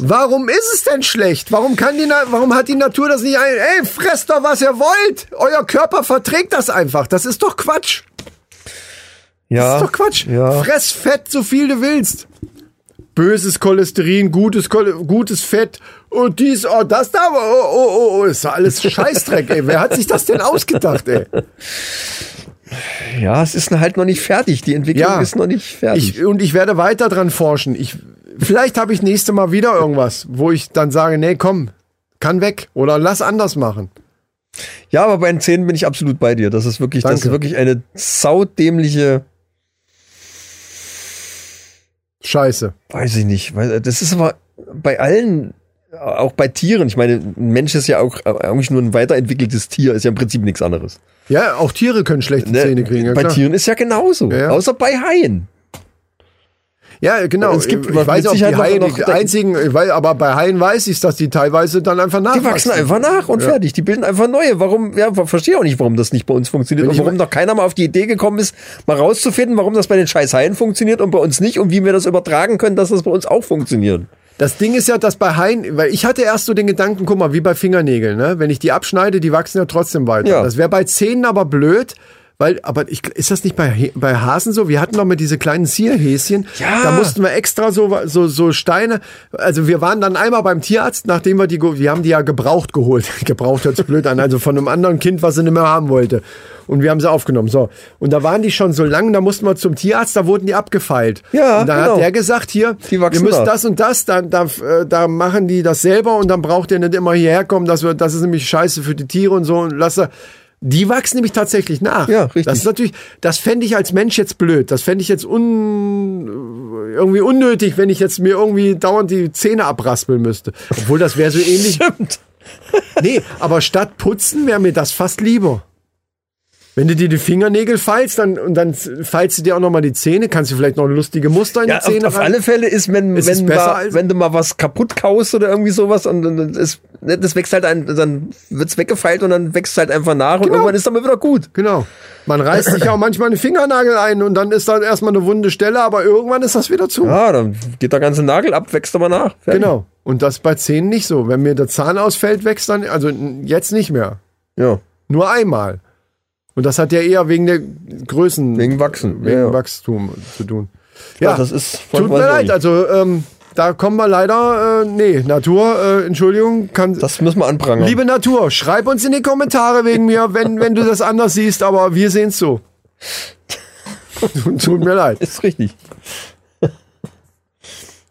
Warum ist es denn schlecht? Warum kann die, Na warum hat die Natur das nicht ein? Ey, fresst doch, was ihr wollt. Euer Körper verträgt das einfach. Das ist doch Quatsch.
Ja,
Das ist doch Quatsch.
Ja.
Fress Fett, so viel du willst. Böses Cholesterin, gutes, Chol gutes Fett, oh, dies, oh, das da, oh, oh, oh, oh, ist doch alles Scheißdreck, ey. Wer hat sich das denn ausgedacht, ey?
ja, es ist halt noch nicht fertig. Die Entwicklung
Ja.
ist noch nicht fertig.
Ich, und ich werde weiter dran forschen. Ich, vielleicht habe ich nächste Mal wieder irgendwas, wo ich dann sage, nee, komm, kann weg oder lass anders machen.
ja, aber bei den Zähnen bin ich absolut bei dir. Das ist wirklich, das
Danke.
ist wirklich eine saudämliche,
Scheiße.
weiß ich nicht. weil Das ist aber bei allen, auch bei Tieren. Ich meine, ein Mensch ist ja auch äh, eigentlich nur ein weiterentwickeltes Tier, ist ja im Prinzip nichts anderes.
Ja, auch Tiere können schlechte
Ne?
Zähne kriegen. Ja,
bei
klar.
Tieren ist ja genauso.
Ja, ja.
Außer bei Haien.
ja genau.
Es gibt
ich
mit
weiß auch, die
Sicherheit noch-
Haien,
noch-
die einzigen, ich weiß, aber bei Haien weiß ich, dass die teilweise dann einfach
Die
nachwachsen.
wachsen einfach nach und fertig. Die bilden einfach neue. Warum, ja, verstehe auch nicht, warum das nicht bei uns funktioniert
Wenn
und
ich
warum
mal-
noch keiner mal auf die Idee gekommen ist, mal rauszufinden, warum das bei den scheiß Haien funktioniert und bei uns nicht und wie wir das übertragen können, dass das bei uns auch funktioniert.
Das Ding ist ja, dass bei Haien, weil ich hatte erst so den Gedanken, guck mal, wie bei Fingernägeln, ne? Wenn ich die abschneide, die wachsen ja trotzdem weiter.
Ja.
Das wäre bei Zähnen aber blöd, weil, aber ich, ist das nicht bei, He- bei Hasen so? Wir hatten doch mal diese kleinen Zierhäschen.
Ja.
Da mussten wir extra so, so, so Steine. Also wir waren dann einmal beim Tierarzt, nachdem wir die, ge- wir haben die ja gebraucht geholt. <laughs> gebraucht hört sich blöd an. Also von einem anderen Kind, was sie nicht mehr haben wollte. Und wir haben sie aufgenommen. So. Und da waren die schon so lang, da mussten wir zum Tierarzt, da wurden die abgefeilt.
Ja,
Und dann
genau.
hat der gesagt, hier,
Die wachsen
ihr müsst
nach.
das und das, dann, da, äh, da machen die das selber und dann braucht ihr nicht immer hierher kommen, dass wir, das ist nämlich scheiße für die Tiere und so und lasse. Die wachsen nämlich tatsächlich nach.
Ja, richtig.
Das ist natürlich, das fände ich als Mensch jetzt blöd. Das fände ich jetzt un, irgendwie unnötig, wenn ich jetzt mir irgendwie dauernd die Zähne abraspeln müsste. Obwohl das
<laughs>
wäre so ähnlich.
Stimmt.
Nee, aber statt putzen wäre mir das fast lieber. Wenn du dir die Fingernägel feilst, dann, und dann feilst du dir auch nochmal die Zähne, kannst du vielleicht noch lustige Muster in
Ja,
die
auf,
Zähne
auf alle Fälle ist, wenn,
Ist es
wenn,
besser
mal,
als-
wenn du mal was kaputt kaust oder irgendwie sowas und, und und es, ne, das wächst halt ein, dann wird's weggefeilt und dann wächst es halt einfach nach und irgendwann ist dann mal wieder gut.
Genau. Man reißt sich ja auch manchmal einen Fingernagel ein und dann ist da erstmal eine wunde Stelle, aber irgendwann ist das wieder zu.
Ja, dann geht der ganze Nagel ab, wächst aber nach. Fertig.
Genau. Und das bei Zähnen nicht so. Wenn mir der Zahn ausfällt, wächst dann, also n- jetzt nicht mehr.
Ja,
Nur einmal. Und das hat ja eher wegen der Größen,
wegen Wachsen.
wegen
ja, ja.
Wachstum zu tun.
Ja,
Ja,
das ist von
tut mir
Vanoni.
leid. Also, ähm, da kommen wir leider, äh, nee, Natur, äh, Entschuldigung, kann,
Das müssen wir anprangern.
liebe Natur, schreib uns in die Kommentare wegen mir, wenn, wenn du das anders siehst, aber wir sehen es so. <laughs> tut mir leid.
Ist richtig.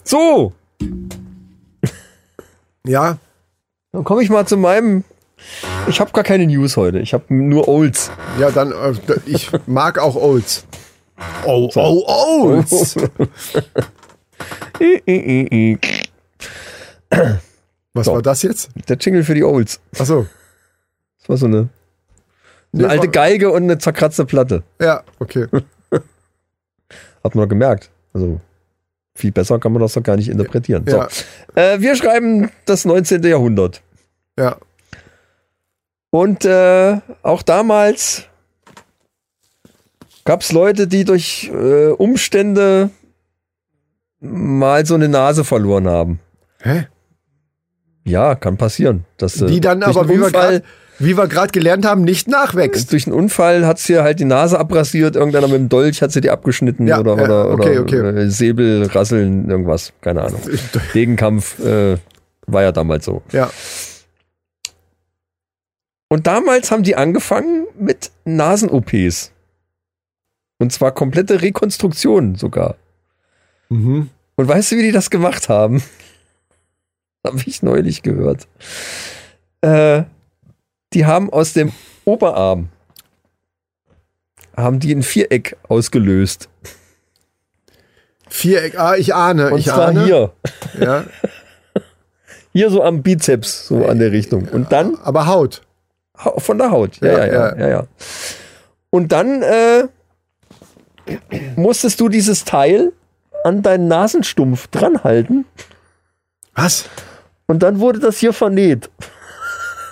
So,
Ja,
dann komme ich mal zu meinem. Ich habe gar keine News heute. Ich habe nur Olds.
ja, dann, äh, d- ich mag auch Olds. Oh, oh, Olds!
Der
<laughs> Was war das jetzt?
Jingle für die Olds.
Achso.
Das war so eine, eine alte Geige und eine zerkratzte Platte.
Ja, okay.
Hat man doch gemerkt. Also viel besser kann man das doch gar nicht interpretieren.
Ja,
So. Äh, wir schreiben das 19. Jahrhundert.
ja.
Und äh, auch damals gab es Leute, die durch äh, Umstände mal so eine Nase verloren haben.
Hä?
Ja, kann passieren. Dass, äh,
Die dann
durch
aber,
einen
wie wir
Unfall,
grad- wie wir gerade gelernt haben, nicht <laughs> nachwächst.
<laughs> durch einen Unfall hat sie halt die Nase abrasiert, irgendeiner mit dem Dolch hat sie die abgeschnitten
Ja,
oder,
ja,
oder,
okay,
oder
okay.
Äh, Säbel, Rasseln, irgendwas, keine Ahnung. Degenkampf äh, war ja damals so.
Ja.
Und damals haben die angefangen mit Nasen-OPs. Und zwar komplette Rekonstruktionen sogar.
Mhm.
Und weißt du, wie die das gemacht haben? <laughs> Habe ich neulich gehört. Äh, die haben aus dem Oberarm haben die ein Viereck ausgelöst.
Viereck, ah, ich ahne.
Und
ich
zwar
ahne.
hier.
Ja.
Hier so am Bizeps, so an der Richtung. Und dann
Aber Haut.
hau- von der Haut. Ja,
Ja,
ja, ja.
ja.
ja, ja. Und dann äh, musstest du dieses Teil an deinen Nasenstumpf dranhalten
Was?
und dann wurde das hier vernäht. <laughs>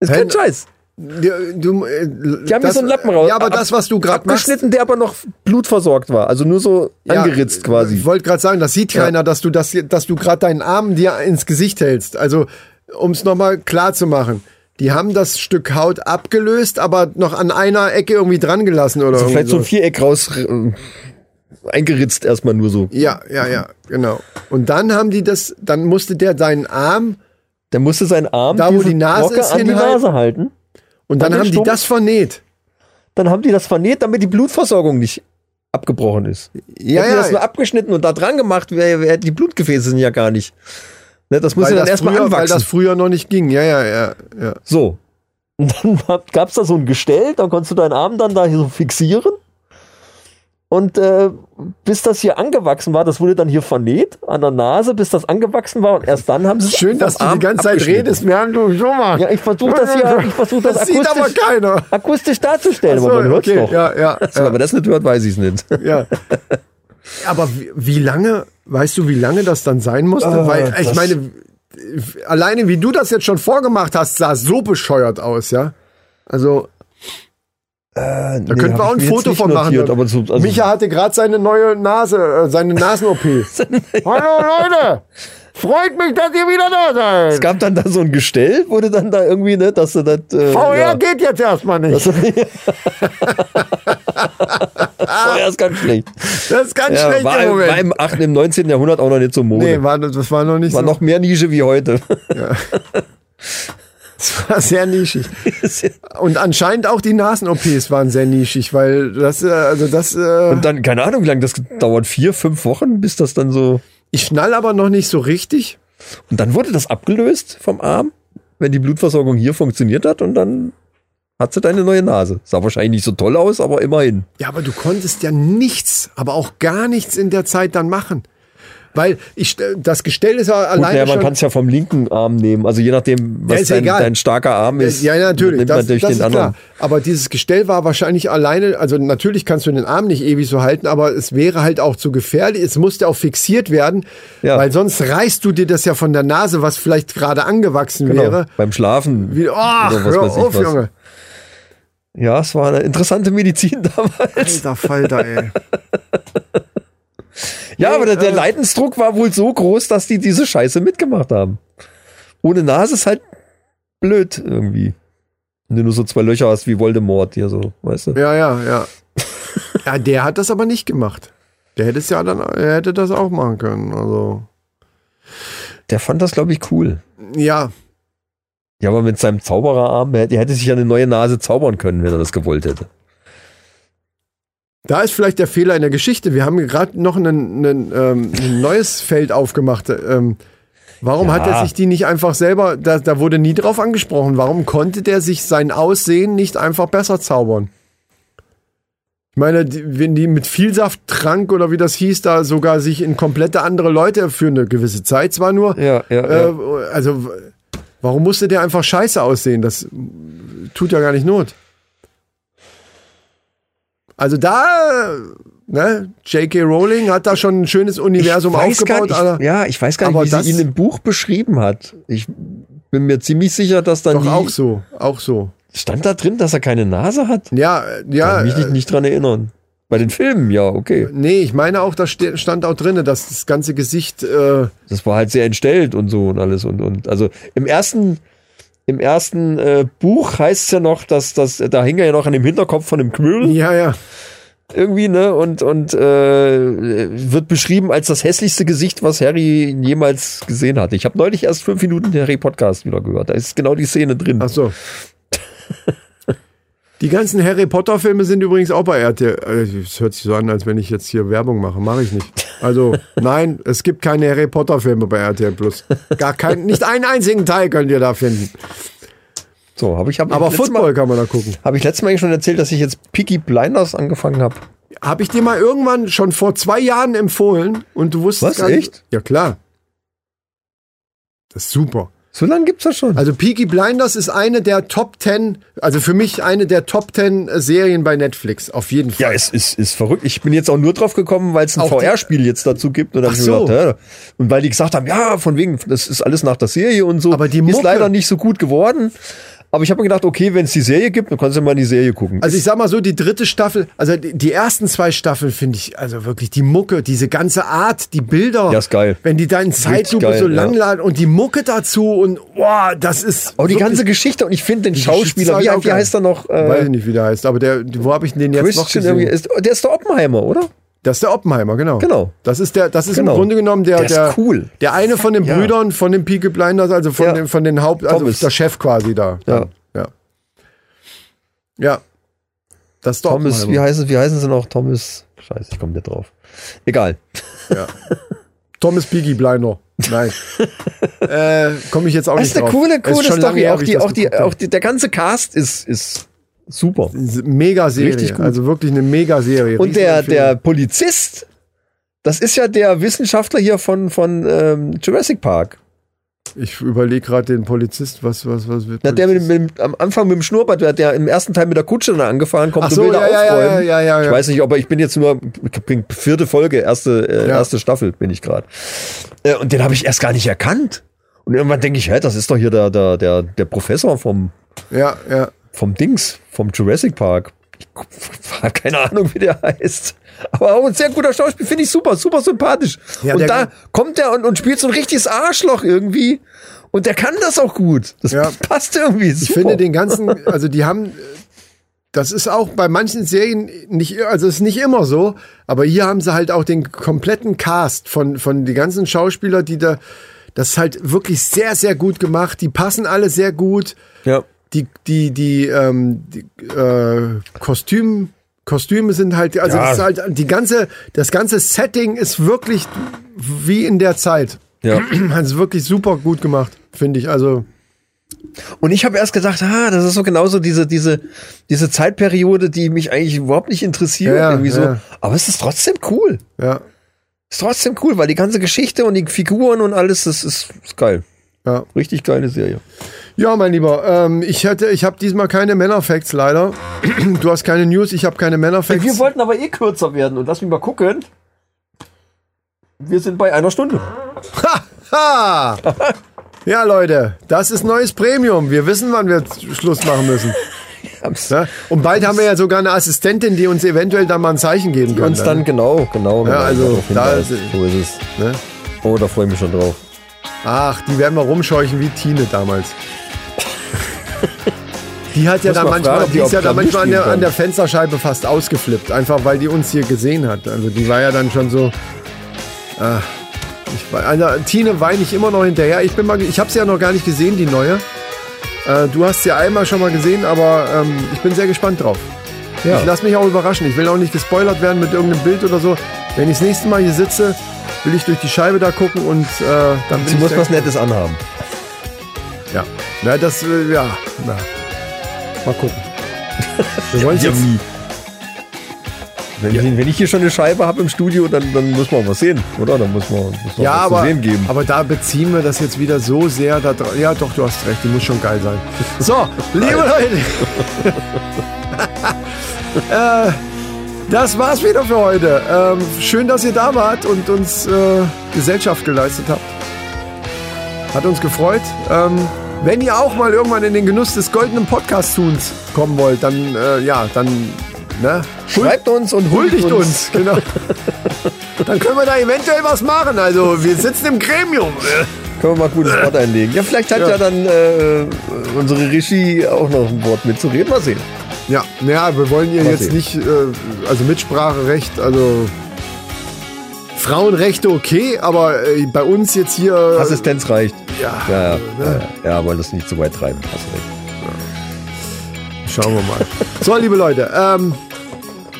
Ist kein
Hä?
Scheiß.
Du, du, äh,
Die haben mir so einen Lappen raus.
Ja, aber
ab-
das, was du gerade machst,
Abgeschnitten, der aber noch blutversorgt war. Also nur so
Ja,
angeritzt
Ich
quasi.
wollte gerade sagen, das sieht
Ja.
keiner, dass du das, dass du gerade deinen Arm dir ins Gesicht hältst. Also, um es nochmal klar zu machen. Die haben das Stück Haut abgelöst, aber noch an einer Ecke irgendwie dran gelassen oder
Also
irgendwie
vielleicht so ein
so.
Viereck raus äh, eingeritzt erstmal nur so.
Ja, ja, ja, genau. Und dann haben die das, dann musste der seinen Arm
Der musste seinen Arm
Da, wo
diese
die Nase
Glocke
ist,
an die
hinhalten.
Nase halten.
und dann
An den
haben die
Stumpf?
das vernäht.
Dann haben die das vernäht, damit die Blutversorgung nicht abgebrochen ist.
Ja,
Hätten die das nur
ja.
abgeschnitten und da dran gemacht, wär, wär, die Blutgefäße sind ja gar nicht. Ne, das muss ja dann
das
erstmal
früher, weil das
anwachsen.
früher noch nicht ging. Ja, ja, ja, ja.
So. Und dann <laughs> gab es da so ein Gestell, dann konntest du deinen Arm dann da hier so fixieren. Und äh, bis das hier angewachsen war, das wurde dann hier vernäht an der Nase, bis das angewachsen war und erst dann haben sie es
Schön,
vom
dass du
Arm
die ganze Zeit
abgeschnitten.
redest. Wir haben du schon mal.
Ja, ich versuche das hier, ich versuche das,
Das sieht aber
akustisch,
keiner.
akustisch darzustellen, aber man hört
okay.
doch.
Ja,
<laughs>
ja,
So, Aber das nicht hört, weiß ich es nicht.
Ja. Aber wie, wie lange, weißt du, wie lange das dann sein musste?
Ah,
Weil ich
das-
meine, w- alleine wie du das jetzt schon vorgemacht hast, sah es so bescheuert aus, ja? Also,
Da
könnten wir auch ein Foto von machen.
Notiert, aber so, also,
Micha hatte gerade seine neue Nase, äh, seine Nasen-OP.
<laughs>
Hallo Leute! Freut mich, dass ihr wieder da
es
seid!
gab dann da so ein Gestell, wurde dann da irgendwie, ne, dass du das. Äh,
VR
ja.
geht jetzt erstmal nicht.
Das- <laughs> VR ist ganz schlecht.
Das ist ganz
Ja,
schlecht
war,
im
im-
Moment.
war im 8., im 19. Jahrhundert auch noch nicht so Mode.
nee, war, das war noch nicht
war
so.
noch mehr Nische
<laughs>
wie heute.
Das war sehr nischig. Und anscheinend auch die Nasen-OPs waren sehr nischig, weil das, äh, also das, äh,
Und dann, keine Ahnung, wie lange das dauert, vier, fünf Wochen, bis das dann so.
ich schnall aber noch nicht so richtig.
Und dann wurde das abgelöst vom Arm, wenn die Blutversorgung hier funktioniert hat und dann hat sie deine neue Nase. Sah wahrscheinlich nicht so toll aus, aber immerhin.
Ja, aber du konntest ja nichts, aber auch gar nichts in der Zeit dann machen. Weil ich, äh, das Gestell ist ja
Gut,
alleine
naja, man kann
schon,
es ja vom linken Arm nehmen. Also je nachdem, was
ist
dein,
egal.
dein starker Arm ist.
ja, ja, natürlich,
Nimmt
das,
man durch
das
den
ist
anderen.
klar. Aber dieses Gestell war wahrscheinlich alleine, also natürlich kannst du den Arm nicht ewig so halten, aber es wäre halt auch zu gefährlich. Es musste auch fixiert werden,
Ja.
weil sonst reißt du dir das ja von der Nase, was vielleicht gerade angewachsen wäre.
Genau, beim Schlafen.
Wie, ach,
Oder was
hör
weiß ich
auf,
was.
Junge.
Ja, es war eine interessante Medizin <laughs> damals.
Alter Falter, ey.
Ja, aber der, der Leidensdruck war wohl so groß, dass die diese Scheiße mitgemacht haben. Ohne Nase ist halt blöd irgendwie. Wenn du nur so zwei Löcher hast wie Voldemort hier so, weißt du?
Ja, ja, ja. Ja, der hat das aber nicht gemacht. Der hätte es ja dann, er hätte das auch machen können. Also,
Der fand das, glaube ich, cool.
ja,
Ja, aber mit seinem Zaubererarm, er hätte- er hätte sich ja eine neue Nase zaubern können, wenn er das gewollt hätte.
da ist vielleicht der Fehler in der Geschichte. Wir haben gerade noch einen, einen, ähm, ein neues Feld aufgemacht. Ähm, warum
Ja.
hat er sich die nicht einfach selber, da, da wurde nie drauf angesprochen. Warum konnte der sich sein Aussehen nicht einfach besser zaubern? Ich meine, die, wenn die mit Vielsafttrank oder wie das hieß, da sogar sich in komplette andere Leute für eine gewisse Zeit zwar nur,
Ja, ja,
Äh, also, w- warum musste der einfach scheiße aussehen? Das tut ja gar nicht Not. Also da, äh, ne, J.K. Rowling hat da schon ein schönes Universum aufgebaut.
Gar
aber
nicht, ja, ich weiß gar
aber
nicht, wie
das-
sie ihn im Buch beschrieben hat. Ich bin mir ziemlich sicher, dass dann
doch
die,
auch so, auch so.
stand da drin, dass er keine Nase hat.
Ja, äh, ja.
Kann mich nicht,
äh,
nicht dran erinnern. Bei den Filmen, ja, okay.
Nee, ich meine auch, da ste- stand auch drin, dass das ganze Gesicht, äh,
Das war halt sehr entstellt und so und alles und und also im ersten im ersten äh, Buch heißt es ja noch, dass das da hing er ja noch an dem Hinterkopf von dem Knödel
ja, ja,
irgendwie ne und und äh, wird beschrieben als das hässlichste Gesicht, was Harry jemals gesehen hat. Ich habe neulich erst fünf Minuten den Harry Podcast wieder gehört. Da ist genau die Szene drin.
ach so. Die ganzen Harry Potter Filme sind übrigens auch bei RTL. Äh, Es hört sich so an, als wenn ich jetzt hier Werbung mache. Mache ich nicht. Also, nein, es gibt keine Harry Potter Filme bei RTL Plus. Gar kein, nicht einen einzigen Teil könnt ihr da finden.
So habe ich hab
Aber
letztes
Football
Mal,
kann man da gucken.
habe ich letztes Mal eigentlich schon erzählt, dass ich jetzt Peaky Blinders angefangen habe.
Habe ich dir mal irgendwann schon vor zwei Jahren empfohlen und du wusstest
Was,
gar nicht.
echt?
Ja, klar. Das ist super.
So lange gibt's das schon.
Also Peaky Blinders ist eine der Top 10, also für mich eine der Top 10 äh, Serien bei Netflix, auf jeden Fall.
ja, es ist, ist verrückt. Ich bin jetzt auch nur drauf gekommen, weil es ein
Auch die-
VR-Spiel jetzt dazu gibt. Und, dann
Ach
hab ich
so.
mir gedacht, ja. und weil die gesagt haben, ja, von wegen, das ist alles nach der Serie und so.
Aber die Mucke-
ist leider nicht so gut geworden. Aber ich habe mir gedacht, okay, wenn es die Serie gibt, dann kannst du mal in die Serie gucken.
Also ich sag mal so, die dritte Staffel, also die, die ersten zwei Staffeln finde ich, also wirklich die Mucke, diese ganze Art, die Bilder.
Ja, ist geil.
Wenn die da in Zeitlupe
geil,
so
ja.
langladen und die Mucke dazu und boah, das ist.
aber Oh, die
wirklich-
ganze Geschichte und ich finde den Schauspieler,
Geschichte
wie,
ist auch
wie
geil.
heißt er noch?
Weiß ich
Äh,
nicht, wie der heißt, aber der, wo habe ich denn den jetzt noch
Christian, irgendwie,
gesehen?
ist, oh, der ist der Oppenheimer, oder?
Das ist der Oppenheimer, genau.
Genau.
Das ist der, das ist
Genau.
im Grunde genommen der,
Der ist
der,
cool.
der eine von den
Ja.
Brüdern von den Peaky Blinders, also von
Ja.
dem, von den Haupt, also
Thomas.
der Chef quasi da.
Ja.
Ja. Ja. Das ist der
Thomas, wie
Oppenheimer.
heißen, wie heißen sie noch? Thomas. Scheiße, ich komme nicht drauf. Egal.
Thomas Peaky Blinder.
<laughs>
Nein. äh, Komme ich jetzt auch
Das
nicht
ist eine
drauf.
coole,
Es ist
coole
schon lange
Story.
her,
Auch
wie ich
die,
das
auch die,
geguckt
auch die, der ganze Cast ist, ist super.
habe. Mega Serie.
Richtig gut.
Also wirklich eine Mega Serie.
Und der, der Polizist, das ist ja der Wissenschaftler hier von, von ähm, Jurassic Park.
Ich überlege gerade den Polizist, was, was, was wird.
Na, der mit, dem- mit, dem- am Anfang mit dem Schnurrbart, der, der im ersten Teil mit der Kutsche dann angefahren kommt
Ach so,
und will
ja,
da
ja,
aufräumen.
ja, ja, ja, ja.
Ich weiß nicht, aber ich bin jetzt nur ich bin vierte Folge, erste, äh,
Ja.
erste Staffel bin ich gerade. Äh, und den habe ich erst gar nicht erkannt. Und irgendwann denke ich, hä, das ist doch hier der, der, der, der Professor vom,
ja, ja.
vom Dings, vom Jurassic Park. <laughs> Ich habe keine Ahnung, wie der heißt. Aber auch ein sehr guter Schauspiel, finde ich super, super sympathisch.
Ja,
und
der-
da kommt der und, und spielt so ein richtiges Arschloch irgendwie. Und der kann das auch gut. Das
Ja.
<laughs> passt irgendwie. Super.
Ich finde den ganzen, also die haben, das ist auch bei manchen Serien nicht, also es ist nicht immer so, aber hier haben sie halt auch den kompletten Cast von, von den ganzen Schauspieler, die da, das ist halt wirklich sehr, sehr gut gemacht. Die passen alle sehr gut.
Ja.
Die, die, die, ähm, die äh, Kostüm, Kostüme sind halt, also
Ja.
das ist halt, die ganze, das ganze Setting ist wirklich wie in der Zeit. <clears throat>
Ja.
Also wirklich super gut gemacht, finde ich. Also
Und ich habe erst gedacht, ah, das ist so genauso diese, diese, diese Zeitperiode, die mich eigentlich überhaupt nicht interessiert.
Ja,
irgendwie so.
ja.
Aber es ist trotzdem cool.
ja,
Ist trotzdem cool, weil die ganze Geschichte und die Figuren und alles, das ist, ist geil.
ja.
Richtig geile Serie.
Ja, mein Lieber, ähm, ich hätte, ich habe diesmal keine Männerfacts leider. <clears throat> Du hast keine News, ich habe keine Männerfacts.
wollten aber eh kürzer werden und lass mich mal gucken. Wir sind bei einer Stunde.
Ha! Ja, Leute, das ist neues Premium. Wir wissen, wann wir Schluss machen müssen.
Haben's
Ne? Und bald haben wir ja sogar eine Assistentin, die uns eventuell da mal ein Zeichen geben ne? kann.
uns dann genau, genau.
Ja, also,
darauf
da
hinweist.
ist-
so ist es.
Ne?
Oh, da freue ich mich schon drauf.
Ach, die werden wir rumscheuchen wie Tine damals. Die hat ja
Muss
da
mal
manchmal,
fragen, ob
die
die
ist ja
auf
da
Klavier
manchmal an der,
spielen
an der
kann.
Fensterscheibe fast ausgeflippt, einfach weil die uns hier gesehen hat. Also die war ja dann schon so. ah, ich, wei- an der Tine weine ich immer noch hinterher. Ich bin mal, ge- ich habe sie ja noch gar nicht gesehen, die neue. Äh, du hast sie ja einmal schon mal gesehen, aber ähm, ich bin sehr gespannt drauf.
Ja.
Ich lasse mich auch überraschen. Ich will auch nicht gespoilert werden mit irgendeinem Bild oder so. Wenn ich das nächste Mal hier sitze, will ich durch die Scheibe da gucken und äh, dann bin
Sie
ich
muss
sehr
was Nettes anhaben.
ja. Na, das, äh, ja, na. Mal
<laughs>
gucken. Wir wollen jetzt.
Wenn, wenn ich hier schon eine Scheibe habe im Studio, dann, dann muss man was sehen, oder? Dann muss man, muss man
Ja,
was
aber,
zu sehen geben.
aber da beziehen wir das jetzt wieder so sehr. Da, dra- ja, doch, du hast recht. Die muss schon geil sein. So, liebe Leute. äh,
<laughs>
das war's wieder für heute. Ähm, schön, dass ihr da wart und uns äh, Gesellschaft geleistet habt. Hat uns gefreut. Ähm, wenn ihr auch mal irgendwann in den Genuss des goldenen Podcast-Tuns kommen wollt, dann, äh, ja, dann, ne?
Schreibt uns und
Huldigt uns, <laughs> genau. Dann können wir da eventuell was machen. Also wir sitzen im Gremium.
Können wir mal gutes Wort einlegen. Ja, vielleicht hat
Ja.
ja, dann äh, unsere Regie auch noch ein Wort mitzureden. Mal sehen.
Ja, naja, wir wollen ihr
Mal
jetzt
sehen.
nicht, äh, also Mitspracherecht, also Frauenrechte okay, aber äh, bei uns jetzt hier.
Assistenz reicht.
ja,
Ja, ja, ja, ja, wollen das nicht zu weit treiben. Hast recht.
Schauen wir mal. So, liebe Leute, ähm,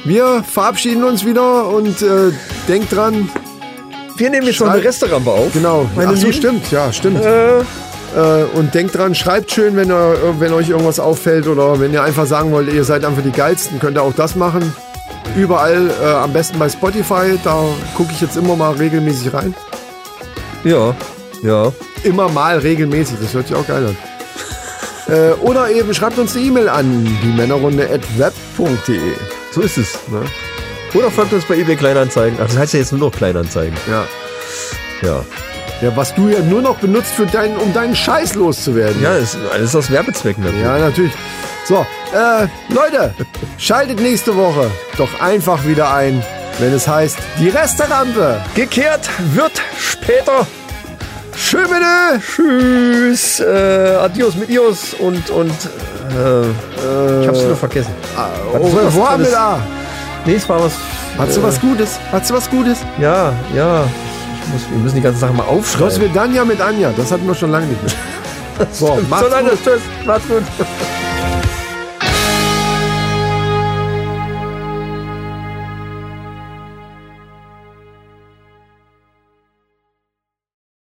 wir verabschieden uns wieder und äh, denkt dran,
Wir nehmen jetzt noch eine
Schreibt-
Resterampe auf.
genau.
Meine
Ach so,
Lieben.
stimmt, ja, stimmt. Äh, und denkt dran, schreibt schön, wenn, ihr, wenn euch irgendwas auffällt oder wenn ihr einfach sagen wollt, ihr seid einfach die Geilsten, könnt ihr auch das machen. Überall, äh, am besten bei Spotify, da gucke ich jetzt immer mal regelmäßig rein.
Ja, Ja.
immer mal regelmäßig. Das hört sich auch geil an. Äh, oder eben schreibt uns eine E-Mail an die Männerrunde at web.de.
So ist es. Ne? Oder folgt uns bei eBay Kleinanzeigen. Ach, das heißt ja jetzt nur noch Kleinanzeigen.
Ja.
Ja.
ja, was du ja nur noch benutzt, für deinen, um deinen Scheiß loszuwerden.
Ja, das ist alles aus Werbezwecken. natürlich.
Ja, natürlich. So, äh, Leute, schaltet nächste Woche doch einfach wieder ein, wenn es heißt die Resterampe.
Gekehrt wird später.
Schöne
Tschüss. Äh, adios mit Ios und, und, äh, ich hab's wieder vergessen.
Au revoir,
Tolles?
Mila.
Nee, es war was.
Hast du was Gutes? Hast du was Gutes?
Ja, ja. Ich- Ich muss, wir müssen die ganzen Sachen mal aufschreiben.
Das wird Danja mit Anja. Das hatten wir schon lange nicht mehr. So,
so lange. Tschüss. Macht's gut.